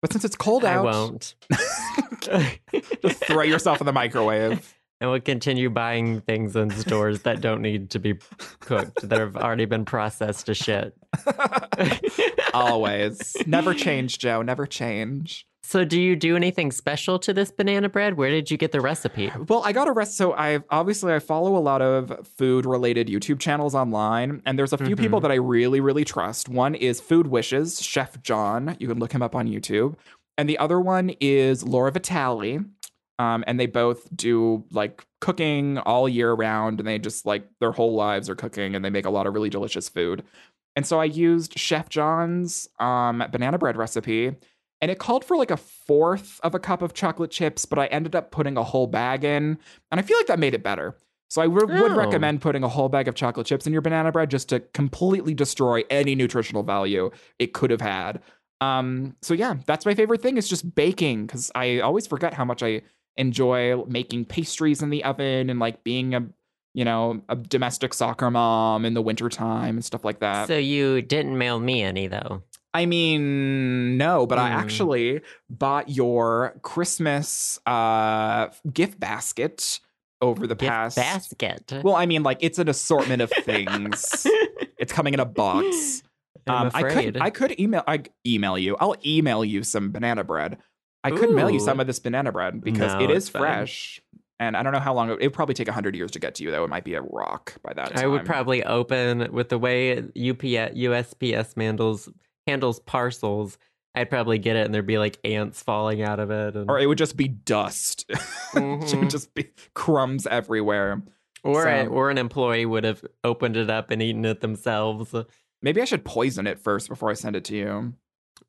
[SPEAKER 2] But since it's cold
[SPEAKER 1] I
[SPEAKER 2] out,
[SPEAKER 1] won't.
[SPEAKER 2] just throw yourself in the microwave.
[SPEAKER 1] And we'll continue buying things in stores that don't need to be cooked, that have already been processed to shit.
[SPEAKER 2] Always. Never change, Joe. Never change.
[SPEAKER 1] So, do you do anything special to this banana bread? Where did you get the recipe?
[SPEAKER 2] Well, I got a rest. So I obviously I follow a lot of food related YouTube channels online, and there's a few
[SPEAKER 1] Mhm.
[SPEAKER 2] people that I really really trust. One is Food Wishes Chef John. You can look him up on YouTube, and the other one is Laura Vitale. Um, and they both do like cooking all year round, and they just like their whole lives are cooking, and they make a lot of really delicious food. And so I used Chef John's um, banana bread recipe, and it called for like a fourth of a cup of chocolate chips, but I ended up putting a whole bag in, and I feel like that made it better. So I would- would
[SPEAKER 1] Oh.
[SPEAKER 2] recommend putting a whole bag of chocolate chips in your banana bread just to completely destroy any nutritional value it could have had. Um, so yeah, that's my favorite thing is just baking because I always forget how much I enjoy making pastries in the oven and like being a you know a domestic soccer mom in the wintertime and stuff like that.
[SPEAKER 1] So, you didn't mail me any, though.
[SPEAKER 2] I mean, no, but I
[SPEAKER 1] Hmm.
[SPEAKER 2] actually bought your Christmas uh, gift basket over the
[SPEAKER 1] Gift
[SPEAKER 2] past.
[SPEAKER 1] basket.
[SPEAKER 2] Well, I mean, like it's an assortment of things. it's coming in a box.
[SPEAKER 1] I'm
[SPEAKER 2] Um, I
[SPEAKER 1] afraid.
[SPEAKER 2] could I could email I email you. I'll email you some banana bread. I could mail you
[SPEAKER 1] Ooh.
[SPEAKER 2] some of this banana bread because
[SPEAKER 1] No,
[SPEAKER 2] it is
[SPEAKER 1] it's fine.
[SPEAKER 2] fresh. And I don't know how long it would probably take 100 years to get to you, though. It might be a rock by that time.
[SPEAKER 1] I would probably open with the way UPS, USPS handles handles parcels. I'd probably get it, and there'd be like ants falling out of it, and,
[SPEAKER 2] Or
[SPEAKER 1] or,
[SPEAKER 2] it would just be dust. it would
[SPEAKER 1] Mhm.
[SPEAKER 2] just be crumbs everywhere.
[SPEAKER 1] or, a-
[SPEAKER 2] so-
[SPEAKER 1] or an employee would have opened it up and eaten it themselves.
[SPEAKER 2] Maybe I should poison it first before I send it to you.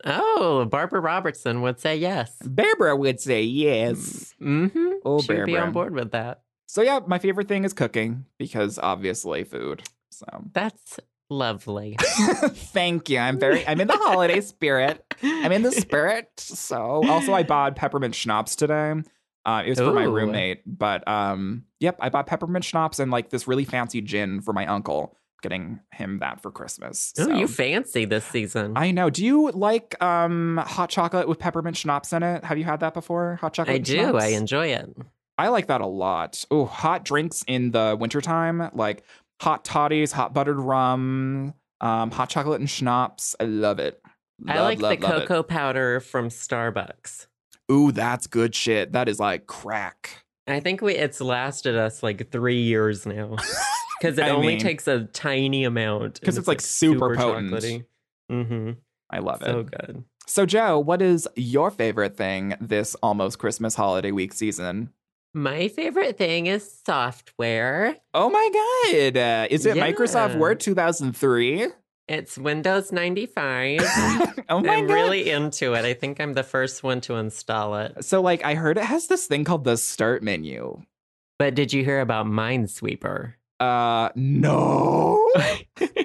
[SPEAKER 1] Oh, Barbara Robertson would say yes.
[SPEAKER 2] Barbara would say yes.
[SPEAKER 1] Mm-hmm.
[SPEAKER 2] Oh,
[SPEAKER 1] She'd be
[SPEAKER 2] Barbara.
[SPEAKER 1] on board with that.
[SPEAKER 2] So yeah, my favorite thing is cooking because obviously food. So
[SPEAKER 1] That's lovely.
[SPEAKER 2] thank you. I'm very I'm in the holiday spirit. I'm in the spirit. So also I bought peppermint schnapps today. Uh, it was for my
[SPEAKER 1] Ooh.
[SPEAKER 2] roommate, but um, yep, I bought peppermint schnapps and like this really fancy gin for my uncle, getting him that for Christmas.
[SPEAKER 1] Oh,
[SPEAKER 2] so.
[SPEAKER 1] you fancy this season. I,
[SPEAKER 2] I know. Do you like um hot chocolate with peppermint schnapps in it? Have you had that before? Hot chocolate. with
[SPEAKER 1] do.
[SPEAKER 2] schnapps?
[SPEAKER 1] I enjoy it.
[SPEAKER 2] I like that a lot. Oh, hot drinks in the wintertime, like hot toddies, hot buttered rum, um, hot chocolate and schnapps. I love it.
[SPEAKER 1] I
[SPEAKER 2] Love,
[SPEAKER 1] like
[SPEAKER 2] love,
[SPEAKER 1] the
[SPEAKER 2] love it.
[SPEAKER 1] cocoa powder from Starbucks.
[SPEAKER 2] Ooh, that's good shit. That is like crack.
[SPEAKER 1] I think we it's lasted us like three years now because it
[SPEAKER 2] I
[SPEAKER 1] only
[SPEAKER 2] mean-
[SPEAKER 1] takes a tiny amount.
[SPEAKER 2] 'Cause
[SPEAKER 1] and
[SPEAKER 2] it's, like, super potent.
[SPEAKER 1] Mm-hmm.
[SPEAKER 2] I love
[SPEAKER 1] So
[SPEAKER 2] it.
[SPEAKER 1] good.
[SPEAKER 2] So, Joe, what is your favorite thing this almost Christmas holiday week season?
[SPEAKER 1] My favorite thing is software.
[SPEAKER 2] Oh my God. Uh, is it
[SPEAKER 1] Yeah.
[SPEAKER 2] Microsoft Word 2003?
[SPEAKER 1] It's Windows 95.
[SPEAKER 2] Oh my
[SPEAKER 1] I'm
[SPEAKER 2] God.
[SPEAKER 1] really into it. I think I'm the first one to install it.
[SPEAKER 2] So, like, I heard it has this thing called the start menu.
[SPEAKER 1] But did you hear about Minesweeper?
[SPEAKER 2] Uh, no.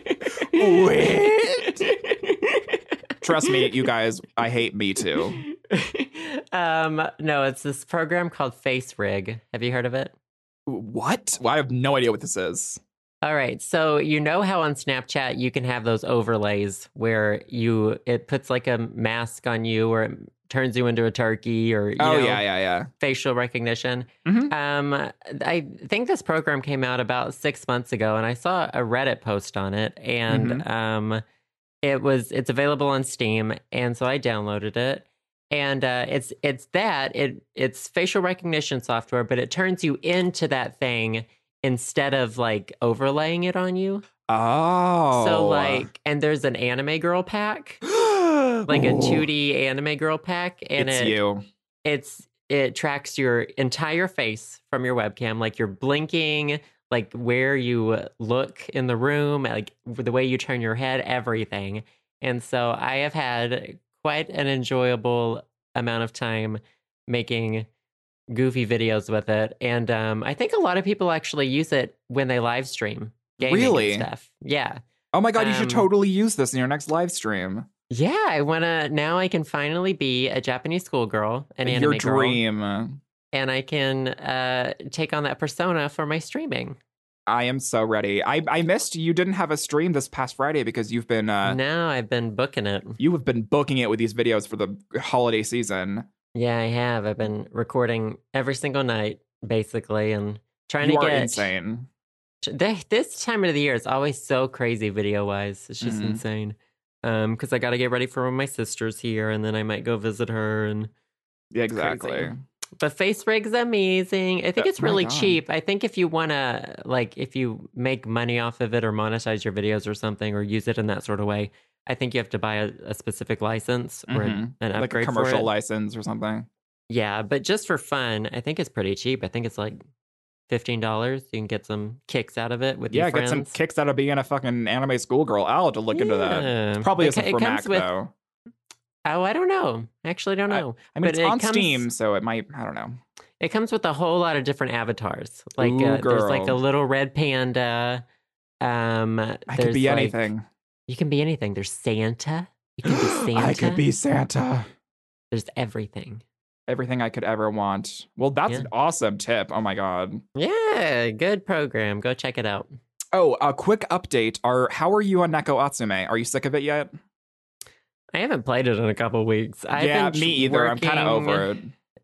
[SPEAKER 2] Trust me, you guys, I hate me too.
[SPEAKER 1] um, no, it's this program called FaceRig. Have you heard of it?
[SPEAKER 2] What? Well, I have no idea what this is.
[SPEAKER 1] All right. So you know how on Snapchat you can have those overlays where you it puts like a mask on you or it turns you into a turkey or you
[SPEAKER 2] Oh,
[SPEAKER 1] know,
[SPEAKER 2] yeah, yeah, yeah.
[SPEAKER 1] facial recognition.
[SPEAKER 2] Mhm.
[SPEAKER 1] Um, I think this program came out about six months ago, and I saw a Reddit post on it, and
[SPEAKER 2] Mm-hmm.
[SPEAKER 1] um, it was it's available on Steam, and so I downloaded it, and uh, it's it's that it it's facial recognition software, but it turns you into that thing instead of like overlaying it on you.
[SPEAKER 2] Oh.
[SPEAKER 1] So like, and there's an anime girl pack. Like a
[SPEAKER 2] Ooh.
[SPEAKER 1] 2D anime girl pack, and
[SPEAKER 2] It's
[SPEAKER 1] it
[SPEAKER 2] you.
[SPEAKER 1] it's it tracks your entire face from your webcam like you're blinking like where you look in the room like the way you turn your head everything and so i have had quite an enjoyable amount of time making goofy videos with it and um, i think a lot of people actually use it when they live stream gaming and
[SPEAKER 2] Really?
[SPEAKER 1] stuff yeah
[SPEAKER 2] Oh my God, you should
[SPEAKER 1] um,
[SPEAKER 2] totally use this in your next live stream.
[SPEAKER 1] yeah i want to now i can finally be a japanese schoolgirl an anime
[SPEAKER 2] your
[SPEAKER 1] girl.
[SPEAKER 2] dream.
[SPEAKER 1] and I can uh, take on that persona for my streaming.
[SPEAKER 2] I am so ready. I, I missed you didn't have a stream this past Friday because you've been uh
[SPEAKER 1] now I've been booking it.
[SPEAKER 2] you have been booking it with these videos for the holiday season.
[SPEAKER 1] Yeah, I have. I've been recording every single night, basically, and trying
[SPEAKER 2] you
[SPEAKER 1] to
[SPEAKER 2] are
[SPEAKER 1] get
[SPEAKER 2] insane.
[SPEAKER 1] t- th- this time of the year is always so crazy video wise. It's just
[SPEAKER 2] Mhm.
[SPEAKER 1] insane. Um, because I got to get ready for when my sister's here, and then I might go visit her. And
[SPEAKER 2] Yeah, exactly.
[SPEAKER 1] but face rig's amazing. I think
[SPEAKER 2] Uh,
[SPEAKER 1] it's
[SPEAKER 2] my
[SPEAKER 1] really
[SPEAKER 2] God.
[SPEAKER 1] cheap. I think if you want to, like, if you make money off of it or monetize your videos or something or use it in that sort of way, I think you have to buy a, a specific license or an, an
[SPEAKER 2] Mm-hmm. Like
[SPEAKER 1] upgrade
[SPEAKER 2] a
[SPEAKER 1] for
[SPEAKER 2] commercial
[SPEAKER 1] it.
[SPEAKER 2] license or something.
[SPEAKER 1] Yeah, but just for fun, I think it's pretty cheap. I think it's like fifteen dollars. You can get some kicks out of it with
[SPEAKER 2] yeah,
[SPEAKER 1] your
[SPEAKER 2] get
[SPEAKER 1] friends.
[SPEAKER 2] some kicks out of being a fucking anime schoolgirl. I'll have to look into that.
[SPEAKER 1] Yeah.
[SPEAKER 2] Probably
[SPEAKER 1] It
[SPEAKER 2] isn't
[SPEAKER 1] co- it
[SPEAKER 2] for
[SPEAKER 1] comes
[SPEAKER 2] Mac
[SPEAKER 1] with-
[SPEAKER 2] though.
[SPEAKER 1] Oh, I don't know. I actually don't know.
[SPEAKER 2] I mean,
[SPEAKER 1] but
[SPEAKER 2] it's
[SPEAKER 1] it
[SPEAKER 2] on
[SPEAKER 1] comes-
[SPEAKER 2] Steam, so it might. I don't know.
[SPEAKER 1] It comes with a whole lot of different avatars. Like
[SPEAKER 2] Ooh,
[SPEAKER 1] uh, there's like a
[SPEAKER 2] girl.
[SPEAKER 1] little red panda. Um,
[SPEAKER 2] I could
[SPEAKER 1] there's,
[SPEAKER 2] be
[SPEAKER 1] like-
[SPEAKER 2] anything.
[SPEAKER 1] You can be anything. There's Santa. You can be Santa.
[SPEAKER 2] I could be Santa.
[SPEAKER 1] There's everything.
[SPEAKER 2] Everything I could ever want. Well, that's
[SPEAKER 1] Yeah.
[SPEAKER 2] an awesome tip. Oh my god.
[SPEAKER 1] Yeah, good program. Go check it out.
[SPEAKER 2] Oh, a quick update. Are how are you on Neko Atsume? Are you sick of it yet?
[SPEAKER 1] I haven't played it in a couple weeks. I've
[SPEAKER 2] yeah,
[SPEAKER 1] been
[SPEAKER 2] me either. I'm kind of
[SPEAKER 1] working-
[SPEAKER 2] over it.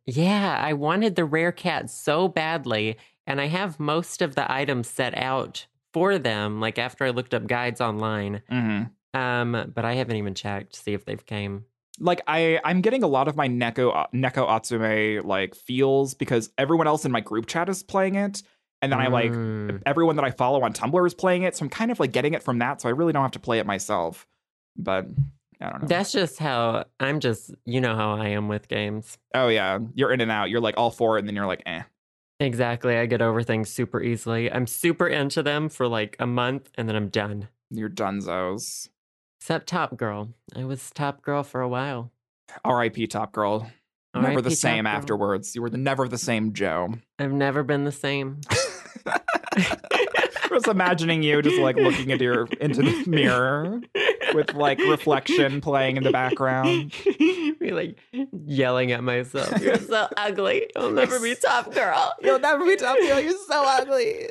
[SPEAKER 1] Yeah, I wanted the rare cat so badly, and I have most of the items set out for them. Like after I looked up guides online,
[SPEAKER 2] hmm
[SPEAKER 1] um, but I haven't even checked to see if they've came.
[SPEAKER 2] like I I'm getting a lot of my Neko uh, Neko Atsume like feels because everyone else in my group chat is playing it, and then I like
[SPEAKER 1] Mm.
[SPEAKER 2] everyone that I follow on Tumblr is playing it, so I'm kind of like getting it from that. So I really don't have to play it myself, but I don't know.
[SPEAKER 1] That's just how I'm. Just you know how I am with games.
[SPEAKER 2] oh yeah, you're in and out. You're like all for it, and then you're like, eh.
[SPEAKER 1] Exactly. I get over things super easily. I'm super into them for like a month and then I'm done.
[SPEAKER 2] You're dunzos.
[SPEAKER 1] Except Top Girl. I was Top Girl for a while.
[SPEAKER 2] R.I.P. Top Girl. Never
[SPEAKER 1] RIP
[SPEAKER 2] the
[SPEAKER 1] Top
[SPEAKER 2] same
[SPEAKER 1] Girl.
[SPEAKER 2] afterwards. You were the never the same Joe.
[SPEAKER 1] I've never been the same.
[SPEAKER 2] I was imagining you just like looking into your into the mirror. with like reflection playing in the background.
[SPEAKER 1] be like yelling at myself. You're so ugly. You'll never be top girl.
[SPEAKER 2] You'll never be top girl. You're so ugly.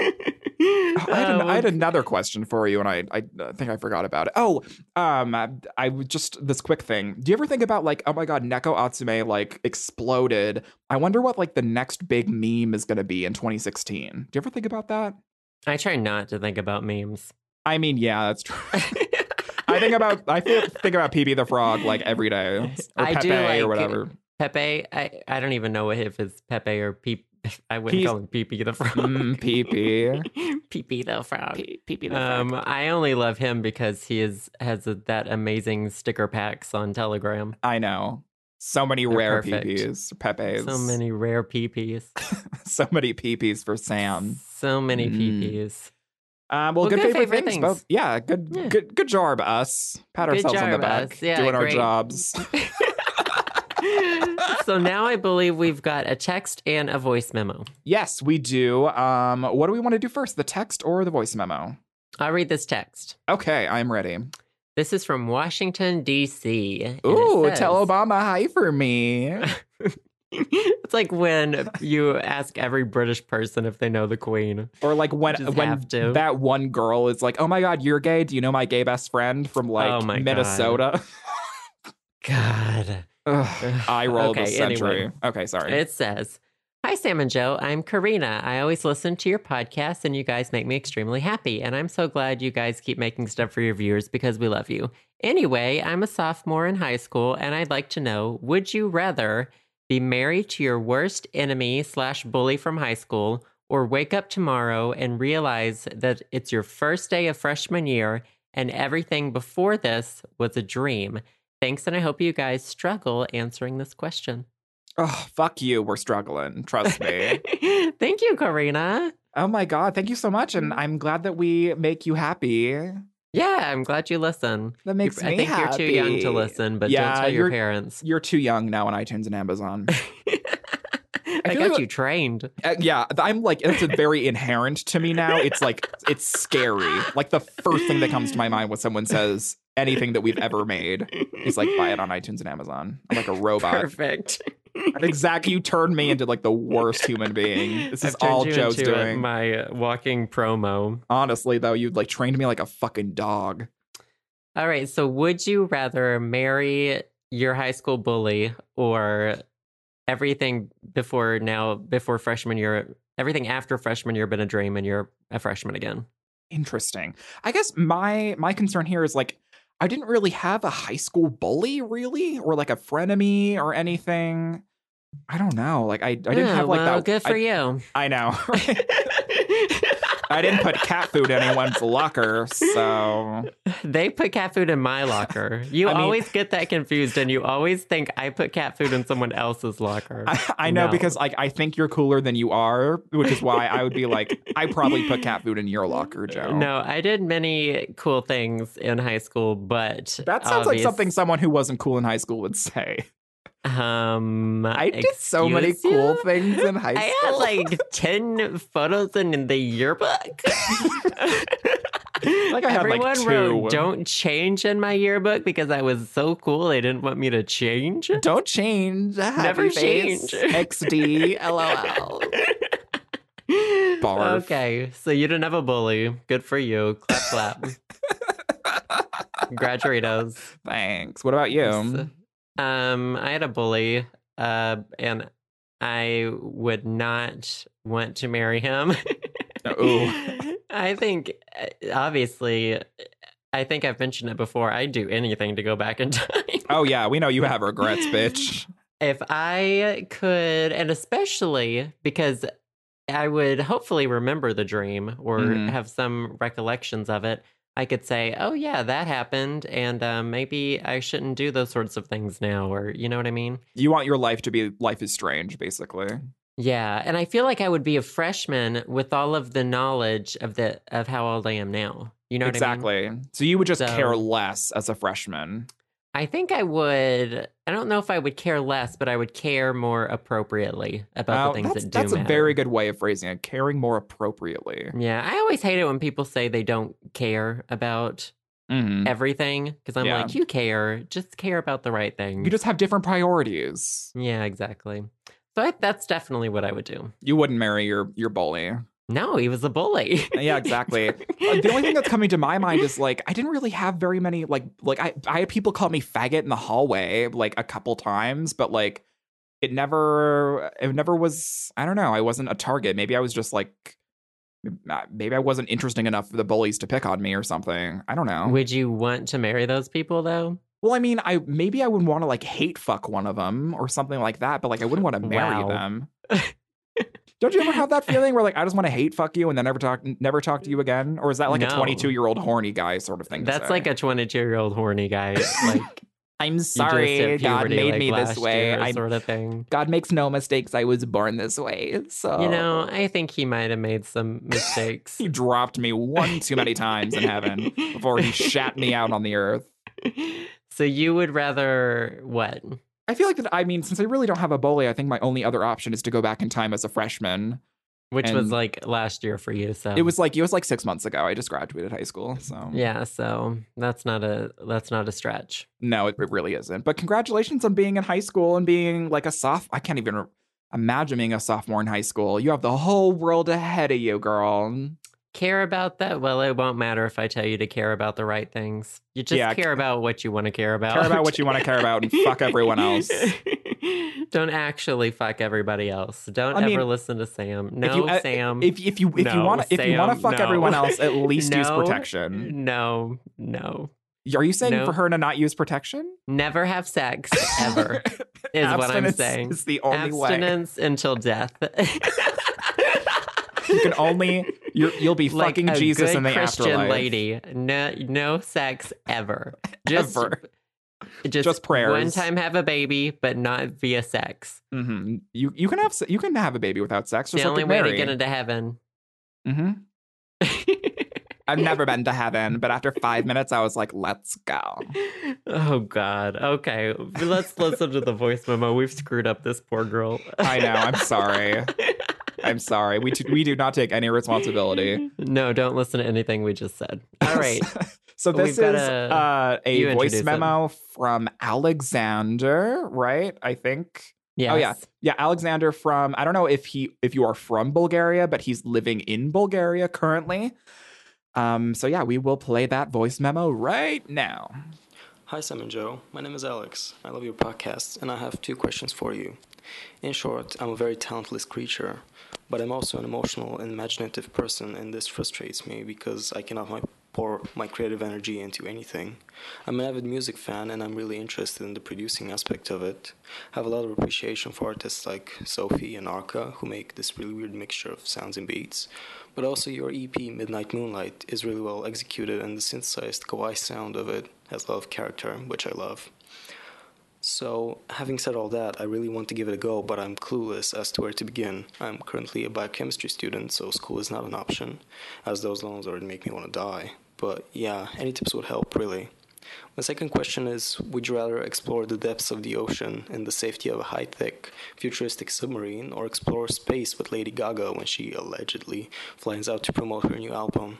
[SPEAKER 2] I had, an-
[SPEAKER 1] Oh,
[SPEAKER 2] I had another question for you, and I, I uh, think I forgot about it. Oh, um, I, I would just this quick thing. Do you ever think about like, oh my god, Neko Atsume like exploded? I wonder what like the next big meme is going to be in 2016. Do you ever think about that?
[SPEAKER 1] I try not to think about memes.
[SPEAKER 2] I mean, yeah, that's true. I think about I feel, think about PB the Frog like every day, or
[SPEAKER 1] I do
[SPEAKER 2] Pepe
[SPEAKER 1] like-
[SPEAKER 2] or whatever.
[SPEAKER 1] Pepe, I, I don't even know if it's Pepe or Peep. I wouldn't
[SPEAKER 2] He's-
[SPEAKER 1] call him Peepy the
[SPEAKER 2] Mm,
[SPEAKER 1] Frog.
[SPEAKER 2] PP.
[SPEAKER 1] Peepy the Frog.
[SPEAKER 2] PP
[SPEAKER 1] Um, I only love him because he is has a, that amazing sticker packs on Telegram.
[SPEAKER 2] I know. So many
[SPEAKER 1] They're
[SPEAKER 2] rare
[SPEAKER 1] perfect.
[SPEAKER 2] PPs, Pepe's.
[SPEAKER 1] So many rare PPs.
[SPEAKER 2] so many PPs for Sam.
[SPEAKER 1] So many
[SPEAKER 2] Mm.
[SPEAKER 1] PPs.
[SPEAKER 2] Um, well,
[SPEAKER 1] Well,
[SPEAKER 2] good,
[SPEAKER 1] good
[SPEAKER 2] favorite,
[SPEAKER 1] favorite
[SPEAKER 2] things.
[SPEAKER 1] things.
[SPEAKER 2] Both. Yeah, good,
[SPEAKER 1] Yeah.
[SPEAKER 2] good, good job, us. Pat
[SPEAKER 1] Good
[SPEAKER 2] ourselves on the
[SPEAKER 1] job,
[SPEAKER 2] back,
[SPEAKER 1] us. Yeah,
[SPEAKER 2] doing our
[SPEAKER 1] great.
[SPEAKER 2] jobs.
[SPEAKER 1] so now I believe we've got a text and a voice memo.
[SPEAKER 2] yes, we do. Um, what do we want to do first, the text or the voice memo?
[SPEAKER 1] I'll read this text.
[SPEAKER 2] Okay, I'm ready.
[SPEAKER 1] This is from Washington, D.C. and it
[SPEAKER 2] Ooh,
[SPEAKER 1] says-
[SPEAKER 2] tell Obama hi for me.
[SPEAKER 1] it's like when you ask every British person if they know the Queen.
[SPEAKER 2] Or like when
[SPEAKER 1] Just
[SPEAKER 2] when
[SPEAKER 1] have to.
[SPEAKER 2] that one girl is like, "Oh my God, you're gay. Do you know my gay best friend from like
[SPEAKER 1] Oh my God.
[SPEAKER 2] Minnesota?"
[SPEAKER 1] God.
[SPEAKER 2] Ugh, Eye roll of the
[SPEAKER 1] Okay, anyway.
[SPEAKER 2] century. Okay, sorry.
[SPEAKER 1] It says, Hi, Sam and Joe. I'm Karina. I always listen to your podcast, and you guys make me extremely happy. And I'm so glad you guys keep making stuff for your viewers because we love you. Anyway, I'm a sophomore in high school, and I'd like to know would you rather be married to your worst enemy slash bully from high school, or wake up tomorrow and realize that it's your first day of freshman year and everything before this was a dream? Thanks, and I hope you guys struggle answering this question.
[SPEAKER 2] Oh, fuck you. We're struggling. Trust me.
[SPEAKER 1] Thank you, Karina.
[SPEAKER 2] oh my God. Thank you so much.
[SPEAKER 1] Mm.
[SPEAKER 2] And I'm glad that we make you happy.
[SPEAKER 1] Yeah, I'm glad you listen.
[SPEAKER 2] That makes
[SPEAKER 1] I
[SPEAKER 2] me
[SPEAKER 1] think
[SPEAKER 2] happy.
[SPEAKER 1] you're too young to listen, but
[SPEAKER 2] Yeah,
[SPEAKER 1] don't tell your
[SPEAKER 2] you're-
[SPEAKER 1] parents.
[SPEAKER 2] You're too young now on iTunes and Amazon.
[SPEAKER 1] I,
[SPEAKER 2] feel
[SPEAKER 1] got
[SPEAKER 2] like-
[SPEAKER 1] you trained.
[SPEAKER 2] Uh, yeah, I'm like, it's very inherent to me now. It's like, it's scary. Like, the first thing that comes to my mind when someone says anything that we've ever made is like, buy it on iTunes and Amazon. I'm like a robot.
[SPEAKER 1] Perfect.
[SPEAKER 2] Exactly. You turned me into like the worst human being. This is
[SPEAKER 1] I've turned
[SPEAKER 2] all
[SPEAKER 1] you
[SPEAKER 2] Joe's
[SPEAKER 1] into a-
[SPEAKER 2] doing.
[SPEAKER 1] my uh, walking promo.
[SPEAKER 2] Honestly, though, you like trained me like a fucking dog.
[SPEAKER 1] All right. So, would you rather marry your high school bully or everything before now, before freshman year, everything after freshman year been a dream and you're a freshman again?
[SPEAKER 2] interesting i guess my my concern here is like i didn't really have a high school bully really or like a frenemy or anything i don't know like i, I didn't
[SPEAKER 1] Oh,
[SPEAKER 2] have like
[SPEAKER 1] well,
[SPEAKER 2] that
[SPEAKER 1] Good for
[SPEAKER 2] I,
[SPEAKER 1] you.
[SPEAKER 2] I know i didn't put cat food in anyone's locker so
[SPEAKER 1] They put cat food in my locker. You
[SPEAKER 2] I mean-
[SPEAKER 1] always get that confused, and you always think I put cat food in someone else's locker.
[SPEAKER 2] i, I know
[SPEAKER 1] No.
[SPEAKER 2] because like i think you're cooler than you are which is why i would be like i probably put cat food in your locker joe
[SPEAKER 1] No, I did many cool things in high school, but
[SPEAKER 2] that sounds like
[SPEAKER 1] obvious-
[SPEAKER 2] something someone who wasn't cool in high school would say.
[SPEAKER 1] Um,
[SPEAKER 2] I did so many
[SPEAKER 1] excuse
[SPEAKER 2] cool
[SPEAKER 1] you?
[SPEAKER 2] things in high
[SPEAKER 1] I had
[SPEAKER 2] school.
[SPEAKER 1] like ten photos in the yearbook.
[SPEAKER 2] like I had, like,
[SPEAKER 1] Everyone wrote
[SPEAKER 2] two.
[SPEAKER 1] "Don't change" in my yearbook because I was so cool. They didn't want me to change.
[SPEAKER 2] Don't change. Happy
[SPEAKER 1] Never
[SPEAKER 2] face.
[SPEAKER 1] change.
[SPEAKER 2] XD. LOL. Barf.
[SPEAKER 1] Okay, so you didn't have a bully. Good for you. Clap, clap. Graduatos.
[SPEAKER 2] Thanks. What about you?
[SPEAKER 1] Um, I had a bully, uh, and I would not want to marry him.
[SPEAKER 2] Uh, Ooh.
[SPEAKER 1] I think, uh, obviously, I think I've mentioned it before. I'd do anything to go back in time.
[SPEAKER 2] Oh yeah, we know you have regrets, bitch.
[SPEAKER 1] If I could, and especially because I would hopefully remember the dream or
[SPEAKER 2] Mhm.
[SPEAKER 1] have some recollections of it, I could say, oh, yeah, that happened. And uh, maybe I shouldn't do those sorts of things now. Or, you know what I mean?
[SPEAKER 2] You want your life to be life is strange, basically.
[SPEAKER 1] Yeah. And I feel like I would be a freshman with all of the knowledge of the of how old I am now. You know what I mean?
[SPEAKER 2] exactly. So you would just
[SPEAKER 1] So-
[SPEAKER 2] care less as a freshman.
[SPEAKER 1] I think I would. I don't know if I would care less, but I would care more appropriately about
[SPEAKER 2] Oh,
[SPEAKER 1] the things
[SPEAKER 2] that's
[SPEAKER 1] that do
[SPEAKER 2] that's a
[SPEAKER 1] matter.
[SPEAKER 2] very good way of phrasing it. Caring more appropriately.
[SPEAKER 1] Yeah, I always hate it when people say they don't care about
[SPEAKER 2] Mhm.
[SPEAKER 1] everything because I'm
[SPEAKER 2] Yeah.
[SPEAKER 1] like, you care, just care about the right thing.
[SPEAKER 2] You just have different priorities.
[SPEAKER 1] yeah, exactly. So I, that's definitely what I would do.
[SPEAKER 2] You wouldn't marry your your bully.
[SPEAKER 1] No, he was a bully.
[SPEAKER 2] Yeah, exactly. Uh, the only thing that's coming to my mind is like I didn't really have very many like like I I had people call me faggot in the hallway like a couple times, but like it never it never was I don't know, I wasn't a target. Maybe I was just like uh, maybe I wasn't interesting enough for the bullies to pick on me or something. I don't know.
[SPEAKER 1] Would you want to marry those people though?
[SPEAKER 2] Well, I mean, I maybe I would want to like hate fuck one of them or something like that, but like I wouldn't want to marry
[SPEAKER 1] Wow.
[SPEAKER 2] them. Don't you ever have that feeling where like I just want to hate fuck you and then never talk never talk to you again? Or is that like a
[SPEAKER 1] No.
[SPEAKER 2] 22 year old horny guy sort of thing?
[SPEAKER 1] That's like a 22 year old horny guy. Like,
[SPEAKER 2] I'm
[SPEAKER 1] you just
[SPEAKER 2] sorry
[SPEAKER 1] hit
[SPEAKER 2] God
[SPEAKER 1] puberty,
[SPEAKER 2] made
[SPEAKER 1] like,
[SPEAKER 2] me this
[SPEAKER 1] last
[SPEAKER 2] way.
[SPEAKER 1] year
[SPEAKER 2] I,
[SPEAKER 1] sort of thing.
[SPEAKER 2] God makes no mistakes. I was born this way. So
[SPEAKER 1] You know, I think he might have made some mistakes.
[SPEAKER 2] Oh. he dropped me one too many times in heaven before he shat me out on the earth.
[SPEAKER 1] so you would rather what?
[SPEAKER 2] I feel like that I mean, since I really don't have a bully, I think my only other option is to go back in time as a freshman.
[SPEAKER 1] Which was
[SPEAKER 2] And-
[SPEAKER 1] like last year for you. So
[SPEAKER 2] It was like it was like six months ago. I just graduated high school, so
[SPEAKER 1] Um, yeah. So that's not a that's not a stretch.
[SPEAKER 2] No, it, it really isn't. But congratulations on being in high school and being like a soph. I can't even re- imagine being a sophomore in high school. You have the whole world ahead of you, girl.
[SPEAKER 1] Care about that? Well, it won't matter if I tell you to care about the right things. You just
[SPEAKER 2] Yeah,
[SPEAKER 1] care about what you want to care about.
[SPEAKER 2] Care about what you want to care about and fuck everyone else.
[SPEAKER 1] Um, Don't actually fuck everybody else. Don't
[SPEAKER 2] I
[SPEAKER 1] ever
[SPEAKER 2] mean,
[SPEAKER 1] listen to Sam.
[SPEAKER 2] if
[SPEAKER 1] No,
[SPEAKER 2] you- uh,
[SPEAKER 1] Sam.
[SPEAKER 2] If if you if you
[SPEAKER 1] No,
[SPEAKER 2] want to if you
[SPEAKER 1] Sam,
[SPEAKER 2] want to fuck
[SPEAKER 1] no.
[SPEAKER 2] everyone else, at least use
[SPEAKER 1] No.
[SPEAKER 2] protection.
[SPEAKER 1] no, no.
[SPEAKER 2] Are you saying
[SPEAKER 1] No.
[SPEAKER 2] for her to not use protection?
[SPEAKER 1] Never have sex ever is what I'm
[SPEAKER 2] Abstinence
[SPEAKER 1] saying.
[SPEAKER 2] Is the only way.
[SPEAKER 1] Abstinence until death.
[SPEAKER 2] You can only you're, you'll be
[SPEAKER 1] like
[SPEAKER 2] fucking
[SPEAKER 1] a
[SPEAKER 2] Jesus
[SPEAKER 1] good
[SPEAKER 2] in the
[SPEAKER 1] Christian
[SPEAKER 2] afterlife.
[SPEAKER 1] lady. No, no sex ever. Just,
[SPEAKER 2] Ever.
[SPEAKER 1] just,
[SPEAKER 2] Just prayers.
[SPEAKER 1] One time have a baby, but not via sex.
[SPEAKER 2] hmm You you can have se- you can have a baby without sex. Just
[SPEAKER 1] the
[SPEAKER 2] like
[SPEAKER 1] only
[SPEAKER 2] with
[SPEAKER 1] way
[SPEAKER 2] Mary.
[SPEAKER 1] to get into heaven.
[SPEAKER 2] hmm I've never been to heaven, but after five minutes, I was like, let's go.
[SPEAKER 1] oh God. Okay, let's listen to the voice memo. We've screwed up this poor girl.
[SPEAKER 2] I know. I'm sorry. I'm sorry. We, t- we do not take any responsibility.
[SPEAKER 1] No, don't listen to anything we just said. All right.
[SPEAKER 2] Oh, so
[SPEAKER 1] We've
[SPEAKER 2] this
[SPEAKER 1] gotta-
[SPEAKER 2] is uh, a
[SPEAKER 1] you
[SPEAKER 2] voice
[SPEAKER 1] introduce
[SPEAKER 2] memo from Alexander, right? I think.
[SPEAKER 1] Yes.
[SPEAKER 2] Oh, yeah. Yeah, Alexander from I don't know if he if you are from Bulgaria, but he's living in Bulgaria currently. Um, so yeah, we will play that voice memo right now.
[SPEAKER 3] Hi, Sam and Joe. My name is Alex. I love your podcast, and I have two questions for you. In short, I'm a very talentless creature, but I'm also an emotional and imaginative person, and this frustrates me because I cannot my, pour my creative energy into anything. I'm an avid music fan, and I'm really interested in the producing aspect of it. I have a lot of appreciation for artists like Sophie and Arca, who make this really weird mixture of sounds and beats, but also your EP, Midnight Moonlight, is really well executed, and the synthesized kawaii sound of it has a lot of character, which I love. So, having said all that, I really want to give it a go, but I'm clueless as to where to begin. I'm currently a biochemistry student, so school is not an option, as those loans already make me want to die. But yeah, any tips would help, really. My second question is Would you rather explore the depths of the ocean in the safety of a high tech, futuristic submarine, or explore space with Lady Gaga when she allegedly flies out to promote her new album?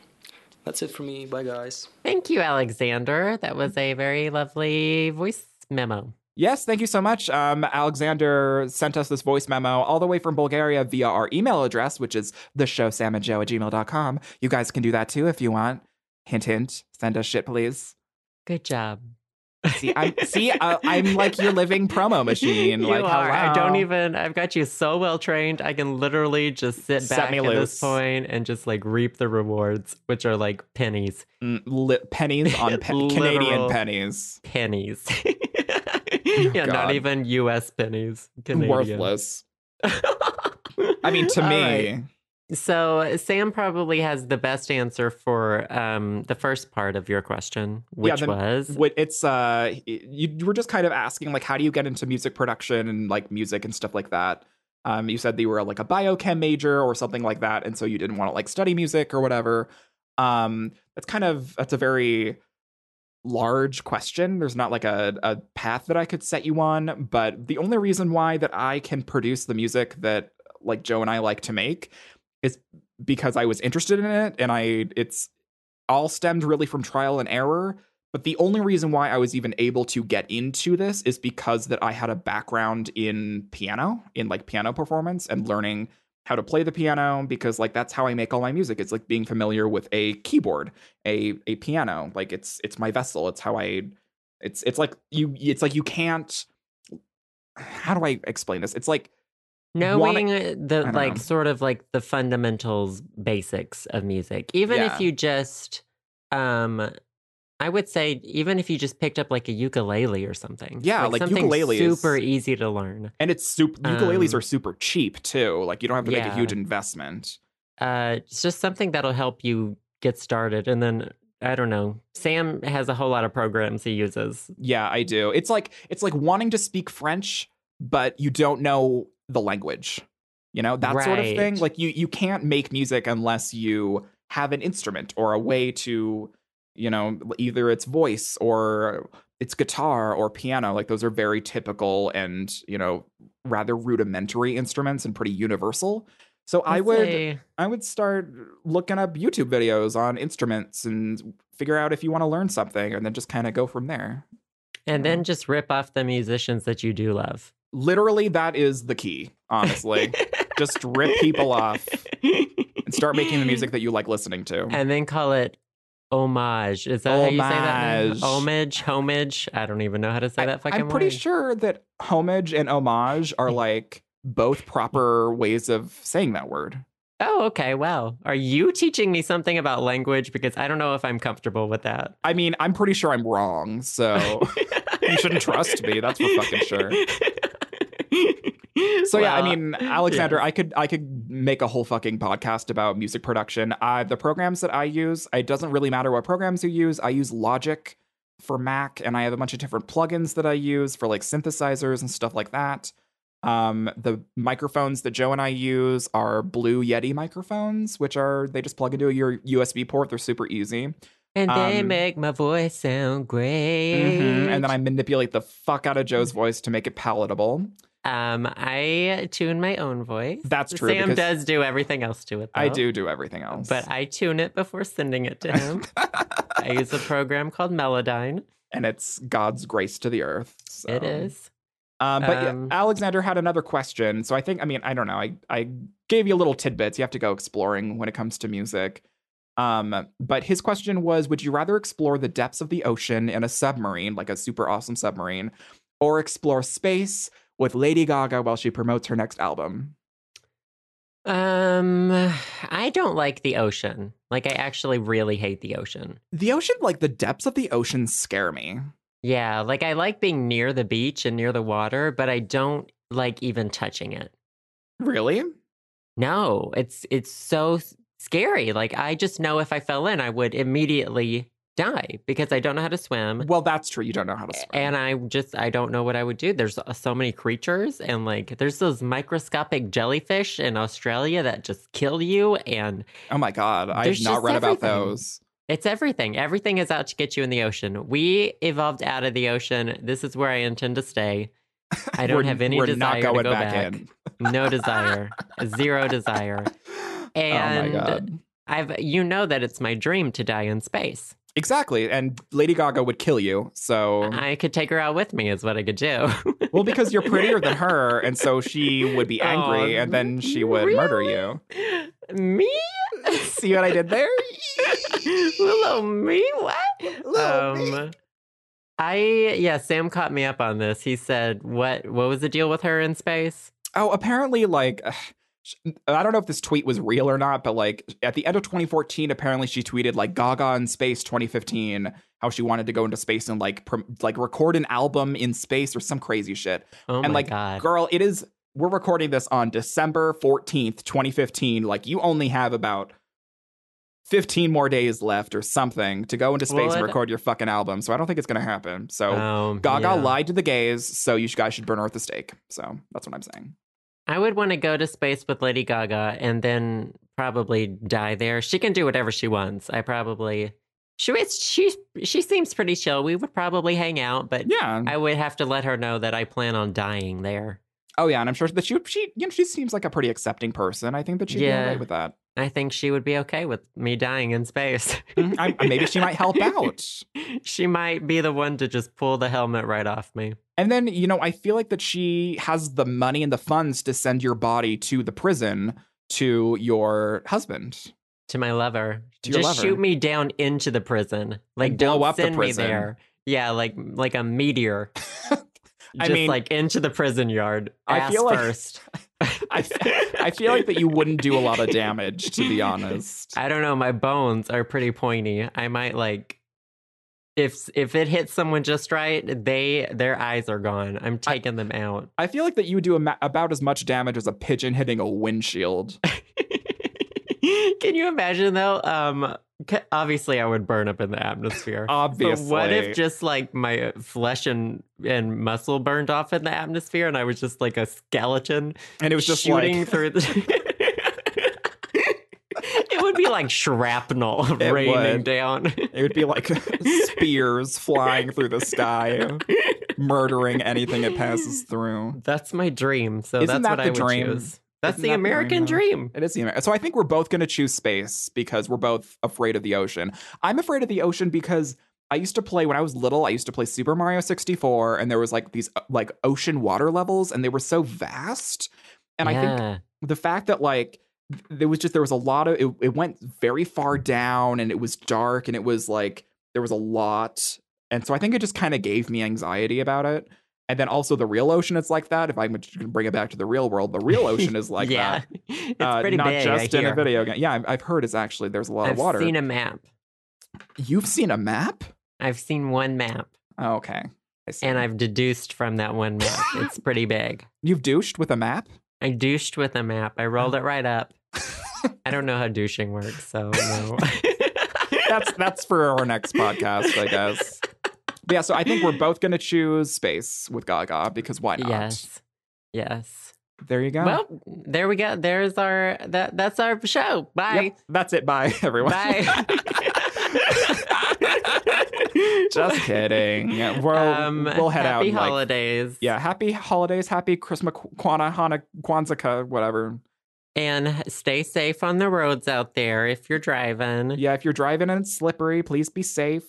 [SPEAKER 3] That's it for me. Bye, guys.
[SPEAKER 1] Thank you, Alexander. That was a very lovely voice memo.
[SPEAKER 2] Yes, thank you so much. Um, Alexander sent us this voice memo all the way from Bulgaria via our email address, which is the show Sam and Joe at gmail.com. You guys can do that too if you want. Hint, hint. Send us shit, please.
[SPEAKER 1] Good job.
[SPEAKER 2] See, I'm, see, uh, I'm like your living promo machine.
[SPEAKER 1] You
[SPEAKER 2] like,
[SPEAKER 1] are. I don't
[SPEAKER 2] hello.
[SPEAKER 1] even. I've got you so well trained. I can literally just sit
[SPEAKER 2] Set
[SPEAKER 1] back
[SPEAKER 2] me
[SPEAKER 1] at
[SPEAKER 2] loose.
[SPEAKER 1] this point and just like reap the rewards, which are like pennies,
[SPEAKER 2] Mm, li- pennies on pe-
[SPEAKER 1] Literal.
[SPEAKER 2] Canadian pennies.
[SPEAKER 1] pennies. yeah,
[SPEAKER 2] Oh, God.
[SPEAKER 1] not even U.S. pennies. Canadian.
[SPEAKER 2] Worthless. I mean, to
[SPEAKER 1] All
[SPEAKER 2] me.
[SPEAKER 1] right. So Sam probably has the best answer for um, the first part of your question, which
[SPEAKER 2] the-
[SPEAKER 1] was
[SPEAKER 2] what it's uh you, you were just kind of asking like how do you get into music production and like music and stuff like that um you said that you were like a biochem major or something like that and so you didn't want to like study music or whatever um that's kind of that's a very large question there's not like a, a path that i could set you on but the only reason why that i can produce the music that like joe and i like to make is because i was interested in it and i it's all stemmed really from trial and error. But the only reason why I was even able to get into this is because that I had a background in piano, in like piano performance and learning how to play the piano because like that's how I make all my music. It's like being familiar with a keyboard, a a piano. Like it's it's my vessel. It's how I it's it's like you it's like you can't how do I explain this? It's like
[SPEAKER 1] knowing uh, the
[SPEAKER 2] don't
[SPEAKER 1] like
[SPEAKER 2] know.
[SPEAKER 1] sort of like the fundamentals basics of music even
[SPEAKER 2] Yeah.
[SPEAKER 1] if you just um i would say even if you just picked up like a ukulele or something
[SPEAKER 2] Yeah, like,
[SPEAKER 1] something
[SPEAKER 2] ukulele is-
[SPEAKER 1] super easy to learn
[SPEAKER 2] and it's super ukuleles
[SPEAKER 1] Um,
[SPEAKER 2] are super cheap too. Like you don't have to make a
[SPEAKER 1] yeah.
[SPEAKER 2] huge investment.
[SPEAKER 1] uh it's just something that'll help you get started and then i don't know sam has a whole lot of programs he uses
[SPEAKER 2] Yeah, I do. It's like it's like wanting to speak French, but you don't know the language. You know, that sort of thing.
[SPEAKER 1] Right.
[SPEAKER 2] Like you you can't make music unless you have an instrument or a way to, you know, either it's voice or it's guitar or piano. Like those are very typical and, you know, rather rudimentary instruments and pretty universal. So I
[SPEAKER 1] I'd
[SPEAKER 2] would
[SPEAKER 1] say-
[SPEAKER 2] I would start looking up YouTube videos on instruments and figure out if you want to learn something and then just kind of go from there.
[SPEAKER 1] and then just rip off the musicians that you do love
[SPEAKER 2] literally that is the key honestly just rip people off and start making the music that you like listening to
[SPEAKER 1] and then call it homage. Is that how you say that? name?
[SPEAKER 2] Homage.
[SPEAKER 1] Homage, homage. I don't even know how to say that fucking
[SPEAKER 2] i'm pretty
[SPEAKER 1] word.
[SPEAKER 2] sure that homage and homage are like both proper ways of saying that word
[SPEAKER 1] Oh, okay. Wow. Are you teaching me something about language? Because I don't know if I'm comfortable with that.
[SPEAKER 2] i mean i'm pretty sure i'm wrong so Oh. you shouldn't trust me that's for fucking sure so yeah,
[SPEAKER 1] Well,
[SPEAKER 2] I mean, Alexander, I could I could make a whole fucking podcast about music production. Uh, the programs that I use, it doesn't really matter what programs you use. I use Logic for Mac, and I have a bunch of different plugins that I use for like synthesizers and stuff like that. Um, the microphones that Joe and I use are Blue Yeti microphones, which are they just plug into your USB port. They're super easy.
[SPEAKER 1] and they
[SPEAKER 2] um,
[SPEAKER 1] make my voice sound great.
[SPEAKER 2] Mhm. And then I manipulate the fuck out of Joe's voice to make it palatable.
[SPEAKER 1] um, I tune my own voice.
[SPEAKER 2] That's true,
[SPEAKER 1] Sam
[SPEAKER 2] because-
[SPEAKER 1] does do everything else to it.
[SPEAKER 2] I
[SPEAKER 1] though.
[SPEAKER 2] do do everything else,
[SPEAKER 1] but I tune it before sending it to him. I use a program called Melodyne.
[SPEAKER 2] and it's God's grace to the earth. So.
[SPEAKER 1] It is.
[SPEAKER 2] Um, but
[SPEAKER 1] Um,
[SPEAKER 2] yeah, Alexander had another question. So I think, I mean, I don't know. I, I gave you little tidbits. You have to go exploring when it comes to music. Um, but his question was Would you rather explore the depths of the ocean in a submarine, like a super awesome submarine, or explore space with Lady Gaga while she promotes her next album?
[SPEAKER 1] Um, I don't like the ocean. Like, I actually really hate the ocean.
[SPEAKER 2] The ocean, like the depths of the ocean, scare me.
[SPEAKER 1] Yeah, like I like being near the beach and near the water, but I don't like even touching it.
[SPEAKER 2] Really?
[SPEAKER 1] Um, No, it's it's so s- scary. Like I just know if I fell in, I would immediately die because I don't know how to swim.
[SPEAKER 2] Well, that's true. You don't know how to swim.
[SPEAKER 1] and I just I don't know what I would do. There's uh, so many creatures, and like there's those microscopic jellyfish in Australia that just kill you, and
[SPEAKER 2] oh my God. I've
[SPEAKER 1] There's
[SPEAKER 2] not
[SPEAKER 1] just
[SPEAKER 2] read about
[SPEAKER 1] everything.
[SPEAKER 2] those.
[SPEAKER 1] it's everything. Everything is out to get you in the ocean. We evolved out of the ocean. This is where I intend to stay. I don't
[SPEAKER 2] We're-
[SPEAKER 1] have any
[SPEAKER 2] we're
[SPEAKER 1] desire
[SPEAKER 2] not going
[SPEAKER 1] to go back.
[SPEAKER 2] in.
[SPEAKER 1] No desire, zero desire. And
[SPEAKER 2] oh my God.
[SPEAKER 1] I've you know that it's my dream to die in space.
[SPEAKER 2] Exactly. And Lady Gaga would kill you. So,
[SPEAKER 1] I could take her out with me, is what I could do.
[SPEAKER 2] well, because you're prettier than her. And so she would be angry
[SPEAKER 1] Oh,
[SPEAKER 2] and then she would murder you.
[SPEAKER 1] me?
[SPEAKER 2] See what I did there?
[SPEAKER 1] Little me? What? Um,
[SPEAKER 2] Little me.
[SPEAKER 1] I yeah, Sam caught me up on this. He said, "What? What was the deal with her in space?"
[SPEAKER 2] Oh, apparently, like, sh- I don't know if this tweet was real or not, but like at the end of 2014, apparently she tweeted like Gaga in space 2015, how she wanted to go into space and like prom- like record an album in space or some crazy shit.
[SPEAKER 1] Oh
[SPEAKER 2] and
[SPEAKER 1] my
[SPEAKER 2] like,
[SPEAKER 1] god!
[SPEAKER 2] girl, it is. We're recording this on December 14th, 2015. Like, you only have about 15 more days left or something to go into space
[SPEAKER 1] Well,
[SPEAKER 2] and
[SPEAKER 1] it-
[SPEAKER 2] record your fucking album. So, I don't think it's going to happen. So,
[SPEAKER 1] Um,
[SPEAKER 2] Gaga
[SPEAKER 1] yeah.
[SPEAKER 2] lied to the gays. So, you guys should burn her at the stake. So, that's what I'm saying.
[SPEAKER 1] I would want to go to space with Lady Gaga and then probably die there. She can do whatever she wants. I probably she is she she seems pretty chill. We would probably hang out, but
[SPEAKER 2] Yeah.
[SPEAKER 1] I would have to let her know that I plan on dying there.
[SPEAKER 2] oh, yeah. And I'm sure that she, she, you know, she seems like a pretty accepting person. I think that she'd be all
[SPEAKER 1] Yeah.
[SPEAKER 2] right with that.
[SPEAKER 1] I think she would be okay with me dying in space.
[SPEAKER 2] I, maybe she might help out.
[SPEAKER 1] she might be the one to just pull the helmet right off me.
[SPEAKER 2] And then, you know, I feel like that she has the money and the funds to send your body to the prison to your husband.
[SPEAKER 1] to my lover.
[SPEAKER 2] To your
[SPEAKER 1] just
[SPEAKER 2] lover.
[SPEAKER 1] shoot me down into the prison. Like
[SPEAKER 2] And blow
[SPEAKER 1] don't
[SPEAKER 2] up the
[SPEAKER 1] send
[SPEAKER 2] prison.
[SPEAKER 1] me there. Yeah, like like a meteor.
[SPEAKER 2] I
[SPEAKER 1] just
[SPEAKER 2] mean-
[SPEAKER 1] like into the prison yard.
[SPEAKER 2] I
[SPEAKER 1] ass
[SPEAKER 2] feel like-
[SPEAKER 1] first.
[SPEAKER 2] I, I feel like that you wouldn't do a lot of damage, to be honest.
[SPEAKER 1] I don't know. My bones are pretty pointy. I might like if if it hits someone just right, they their eyes are gone. I'm taking them out.
[SPEAKER 2] I feel like that you would do ama- about as much damage as a pigeon hitting a windshield.
[SPEAKER 1] Can you imagine though? Um, c- obviously, I would burn up in the atmosphere. But
[SPEAKER 2] Obviously.
[SPEAKER 1] what if just like my uh, flesh and and muscle burned off in the atmosphere, and I was just like a skeleton
[SPEAKER 2] and it was just
[SPEAKER 1] shooting
[SPEAKER 2] like
[SPEAKER 1] through the. it would be like shrapnel
[SPEAKER 2] It
[SPEAKER 1] raining
[SPEAKER 2] would.
[SPEAKER 1] down.
[SPEAKER 2] it would be like spears flying through the sky, murdering anything it passes through.
[SPEAKER 1] That's my dream. So
[SPEAKER 2] Isn't
[SPEAKER 1] that's
[SPEAKER 2] that
[SPEAKER 1] what
[SPEAKER 2] the
[SPEAKER 1] I would
[SPEAKER 2] dream?
[SPEAKER 1] choose. That's
[SPEAKER 2] Isn't
[SPEAKER 1] the
[SPEAKER 2] that the dream,
[SPEAKER 1] American
[SPEAKER 2] though?
[SPEAKER 1] dream.
[SPEAKER 2] It is the Amer- so. I think we're both going to choose space because we're both afraid of the ocean. I'm afraid of the ocean because I used to play when I was little. I used to play Super Mario 64, and there was like these uh, like ocean water levels, and they were so vast. And I think
[SPEAKER 1] Yeah.
[SPEAKER 2] the fact that like th- there was just there was a lot of it, it went very far down and it was dark and it was like there was a lot and so i think it just kind of gave me anxiety about it and then also the real ocean it's like that if i'm just gonna bring it back to the real world the real ocean is like
[SPEAKER 1] yeah.
[SPEAKER 2] that
[SPEAKER 1] It's
[SPEAKER 2] Uh,
[SPEAKER 1] pretty
[SPEAKER 2] not
[SPEAKER 1] big.
[SPEAKER 2] just
[SPEAKER 1] I
[SPEAKER 2] in a
[SPEAKER 1] hear.
[SPEAKER 2] video game yeah I've, I've heard it's actually there's a lot
[SPEAKER 1] I've
[SPEAKER 2] of water
[SPEAKER 1] seen a map.
[SPEAKER 2] you've seen a map
[SPEAKER 1] I've seen one map,
[SPEAKER 2] oh, okay I see.
[SPEAKER 1] and I've deduced from that one map. it's pretty big.
[SPEAKER 2] you've douched with a map
[SPEAKER 1] I douched with a map. I rolled it right up. I don't know how douching works, so no.
[SPEAKER 2] that's that's for our next podcast, I guess. But yeah, so I think we're both gonna choose space with Gaga because why not?
[SPEAKER 1] yes. Yes.
[SPEAKER 2] There you go.
[SPEAKER 1] Well, there we go. There's our that that's our show. Bye.
[SPEAKER 2] Yep, that's it. Bye, everyone.
[SPEAKER 1] Bye.
[SPEAKER 2] Just kidding. Yeah, We'll we'll head
[SPEAKER 1] Um,
[SPEAKER 2] out.
[SPEAKER 1] happy
[SPEAKER 2] in, like-
[SPEAKER 1] holidays.
[SPEAKER 2] yeah, happy holidays, happy Christmas, Kwana, Hana, Kwanzaa, whatever.
[SPEAKER 1] And stay safe on the roads out there if you're driving.
[SPEAKER 2] Yeah, if you're driving and it's slippery, please be safe.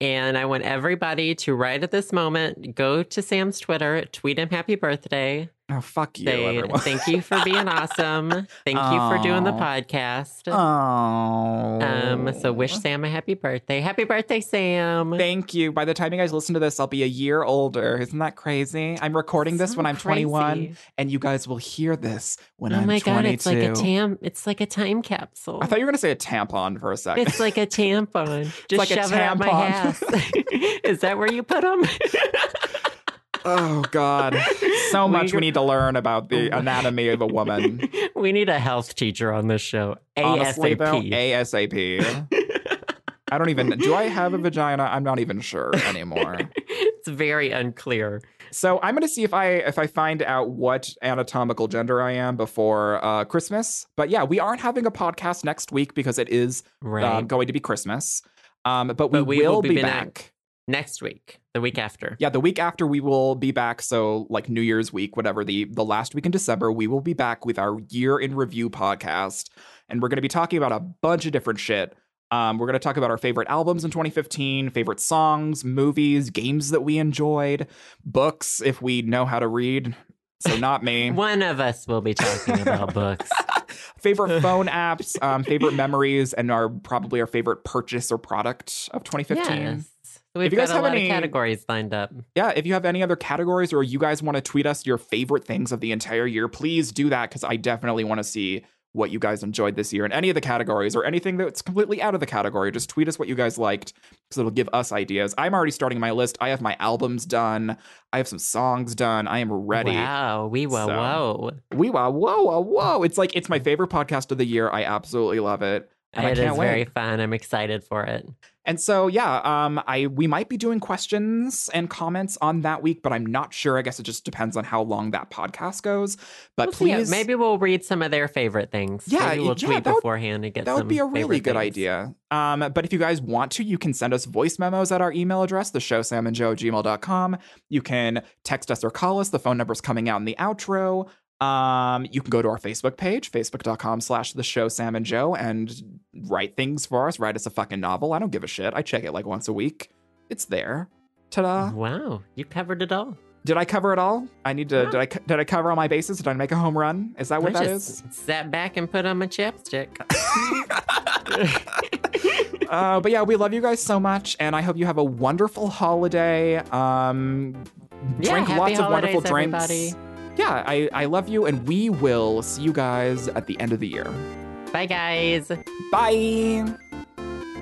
[SPEAKER 1] And I want everybody to right at this moment go to Sam's Twitter, tweet him happy birthday.
[SPEAKER 2] Oh, fuck you,
[SPEAKER 1] Say
[SPEAKER 2] everyone.
[SPEAKER 1] thank you for being awesome. Thank you for doing the
[SPEAKER 2] Aw.
[SPEAKER 1] podcast.
[SPEAKER 2] Oh.
[SPEAKER 1] Um, so wish Sam a happy birthday. Happy birthday, Sam.
[SPEAKER 2] Thank you. By the time you guys listen to this, I'll be a year older. Isn't that crazy? I'm recording this
[SPEAKER 1] So
[SPEAKER 2] when I'm 21,
[SPEAKER 1] crazy.
[SPEAKER 2] and you guys will hear this when
[SPEAKER 1] oh
[SPEAKER 2] I'm
[SPEAKER 1] my
[SPEAKER 2] 22.
[SPEAKER 1] god, it's like a tam it's like a time capsule.
[SPEAKER 2] I thought you were gonna say a tampon for a second.
[SPEAKER 1] it's like a tampon. Just
[SPEAKER 2] like a
[SPEAKER 1] shove it out my
[SPEAKER 2] tampon.
[SPEAKER 1] ass. Is that where you put them?
[SPEAKER 2] oh god, so
[SPEAKER 1] We
[SPEAKER 2] much we
[SPEAKER 1] go-
[SPEAKER 2] need to learn about the anatomy of a woman.
[SPEAKER 1] we need a health teacher on this show.
[SPEAKER 2] Honestly, though,
[SPEAKER 1] ASAP.
[SPEAKER 2] ASAP. I don't even. Do I have a vagina? I'm not even sure anymore.
[SPEAKER 1] it's very unclear.
[SPEAKER 2] So I'm gonna see if I if I find out what anatomical gender I am before uh, Christmas. But yeah, we aren't having a podcast next week because it is
[SPEAKER 1] Right.
[SPEAKER 2] um, going to be Christmas. Um, but we,
[SPEAKER 1] But we
[SPEAKER 2] will,
[SPEAKER 1] will
[SPEAKER 2] be
[SPEAKER 1] be
[SPEAKER 2] back.
[SPEAKER 1] back. Next week, the week after.
[SPEAKER 2] Yeah, the week after we will be back. So like New Year's week, whatever the the last week in December, we will be back with our year in review podcast, and we're going to be talking about a bunch of different shit. Um, we're going to talk about our favorite albums in 2015, favorite songs, movies, games that we enjoyed, books if we know how to read. So not me.
[SPEAKER 1] One of us will be talking about books.
[SPEAKER 2] favorite phone apps, um, favorite memories, and our probably our favorite purchase or product of 2015.
[SPEAKER 1] Yes. We've
[SPEAKER 2] you guys
[SPEAKER 1] got a
[SPEAKER 2] have
[SPEAKER 1] lot
[SPEAKER 2] any-
[SPEAKER 1] of categories lined up.
[SPEAKER 2] yeah, if you have any other categories or you guys want to tweet us your favorite things of the entire year, please do that because I definitely want to see what you guys enjoyed this year in any of the categories or anything that's completely out of the category. Just tweet us what you guys liked because it'll give us ideas. I'm already starting my list. I have my albums done. I have some songs done. I am ready.
[SPEAKER 1] Wow. We whoa,
[SPEAKER 2] So-
[SPEAKER 1] whoa.
[SPEAKER 2] We wow, whoa, whoa, whoa. It's like it's my favorite podcast of the year. I absolutely love it. And
[SPEAKER 1] It
[SPEAKER 2] I
[SPEAKER 1] is
[SPEAKER 2] can't wait.
[SPEAKER 1] very fun. I'm excited for it.
[SPEAKER 2] And so, yeah, um, I we might be doing questions and comments on that week, but I'm not sure. I guess it just depends on how long that podcast goes. But
[SPEAKER 1] We'll see it.
[SPEAKER 2] please,
[SPEAKER 1] maybe we'll read some of their favorite things.
[SPEAKER 2] Yeah,
[SPEAKER 1] maybe we'll
[SPEAKER 2] yeah,
[SPEAKER 1] tweet
[SPEAKER 2] that would-
[SPEAKER 1] beforehand and get
[SPEAKER 2] that
[SPEAKER 1] some
[SPEAKER 2] would be a really
[SPEAKER 1] favorite
[SPEAKER 2] good
[SPEAKER 1] things.
[SPEAKER 2] idea. Um, but if you guys want to, you can send us voice memos at our email address, the show Sam and Joe gmail.com. You can text us or call us. The phone number's coming out in the outro. Um, you can go to our Facebook page, facebook.com slash the show Sam and Joe, and write things for us. Write us a fucking novel. I don't give a shit. I check it like once a week. It's there. Ta-da.
[SPEAKER 1] Wow, you covered it all.
[SPEAKER 2] Did I cover it all? I need to did I co- did I cover all my bases? Did I make a home run? Is that what
[SPEAKER 1] I
[SPEAKER 2] that is?
[SPEAKER 1] just sat back and put on my chapstick.
[SPEAKER 2] uh, but yeah, we love you guys so much, and I hope you have a wonderful holiday. Um,
[SPEAKER 1] Yeah,
[SPEAKER 2] drink
[SPEAKER 1] happy
[SPEAKER 2] lots of wonderful
[SPEAKER 1] holidays,
[SPEAKER 2] drinks.
[SPEAKER 1] everybody.
[SPEAKER 2] Yeah, I, I love you, and we will see you guys at the end of the year.
[SPEAKER 1] Bye, guys.
[SPEAKER 2] Bye.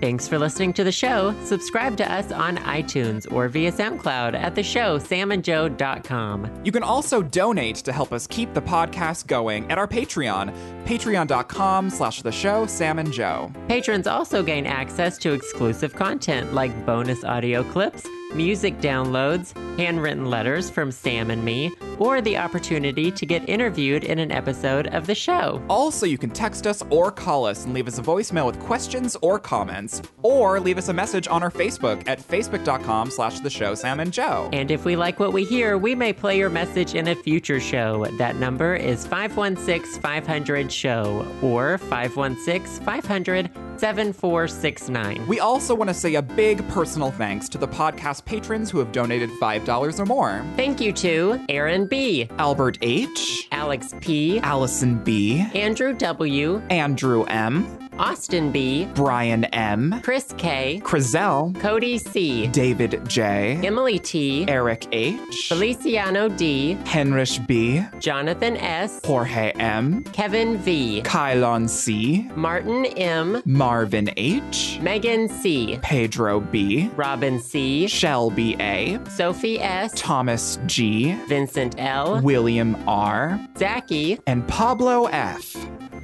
[SPEAKER 1] Thanks for listening to the show. Subscribe to us on iTunes or via SoundCloud at the show samandjoe.com.
[SPEAKER 2] You can also donate to help us keep the podcast going at our Patreon, patreon.com slash the show Sam and Joe.
[SPEAKER 1] Patrons also gain access to exclusive content like bonus audio clips, music downloads, handwritten letters from Sam and me, or the opportunity to get interviewed in an episode of the show.
[SPEAKER 2] Also, you can text us or call us and leave us a voicemail with questions or comments, or leave us a message on our Facebook at facebook.com slash the show Sam and Joe.
[SPEAKER 1] And if we like what we hear, we may play your message in a future show. That number is 516 500 SHOW or 516 500 7469.
[SPEAKER 2] We also want to say a big personal thanks to the podcast patrons who have donated $5 or more.
[SPEAKER 1] Thank you to Aaron B.,
[SPEAKER 2] Albert H.,
[SPEAKER 1] Alex P.,
[SPEAKER 2] Allison B.,
[SPEAKER 1] Andrew W.,
[SPEAKER 2] Andrew M.,
[SPEAKER 1] Austin B.,
[SPEAKER 2] Brian M.,
[SPEAKER 1] Chris K.,
[SPEAKER 2] Crizel,
[SPEAKER 1] Cody C.,
[SPEAKER 2] David J.,
[SPEAKER 1] Emily T.,
[SPEAKER 2] Eric H.,
[SPEAKER 1] Feliciano D.,
[SPEAKER 2] Henrich B.,
[SPEAKER 1] Jonathan S.,
[SPEAKER 2] Jorge M.,
[SPEAKER 1] Kevin V.,
[SPEAKER 2] Kylon C.,
[SPEAKER 1] Martin M.,
[SPEAKER 2] Marvin H.,
[SPEAKER 1] Megan C.,
[SPEAKER 2] Pedro B.,
[SPEAKER 1] Robin C.,
[SPEAKER 2] Shelby A.,
[SPEAKER 1] Sophie S.,
[SPEAKER 2] Thomas G.,
[SPEAKER 1] Vincent L.,
[SPEAKER 2] William R.,
[SPEAKER 1] Zachy,
[SPEAKER 2] and Pablo F.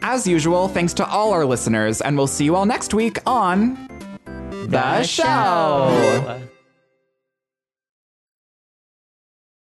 [SPEAKER 2] As usual, thanks to all our listeners, and we'll see you all next week on The, show.
[SPEAKER 1] show.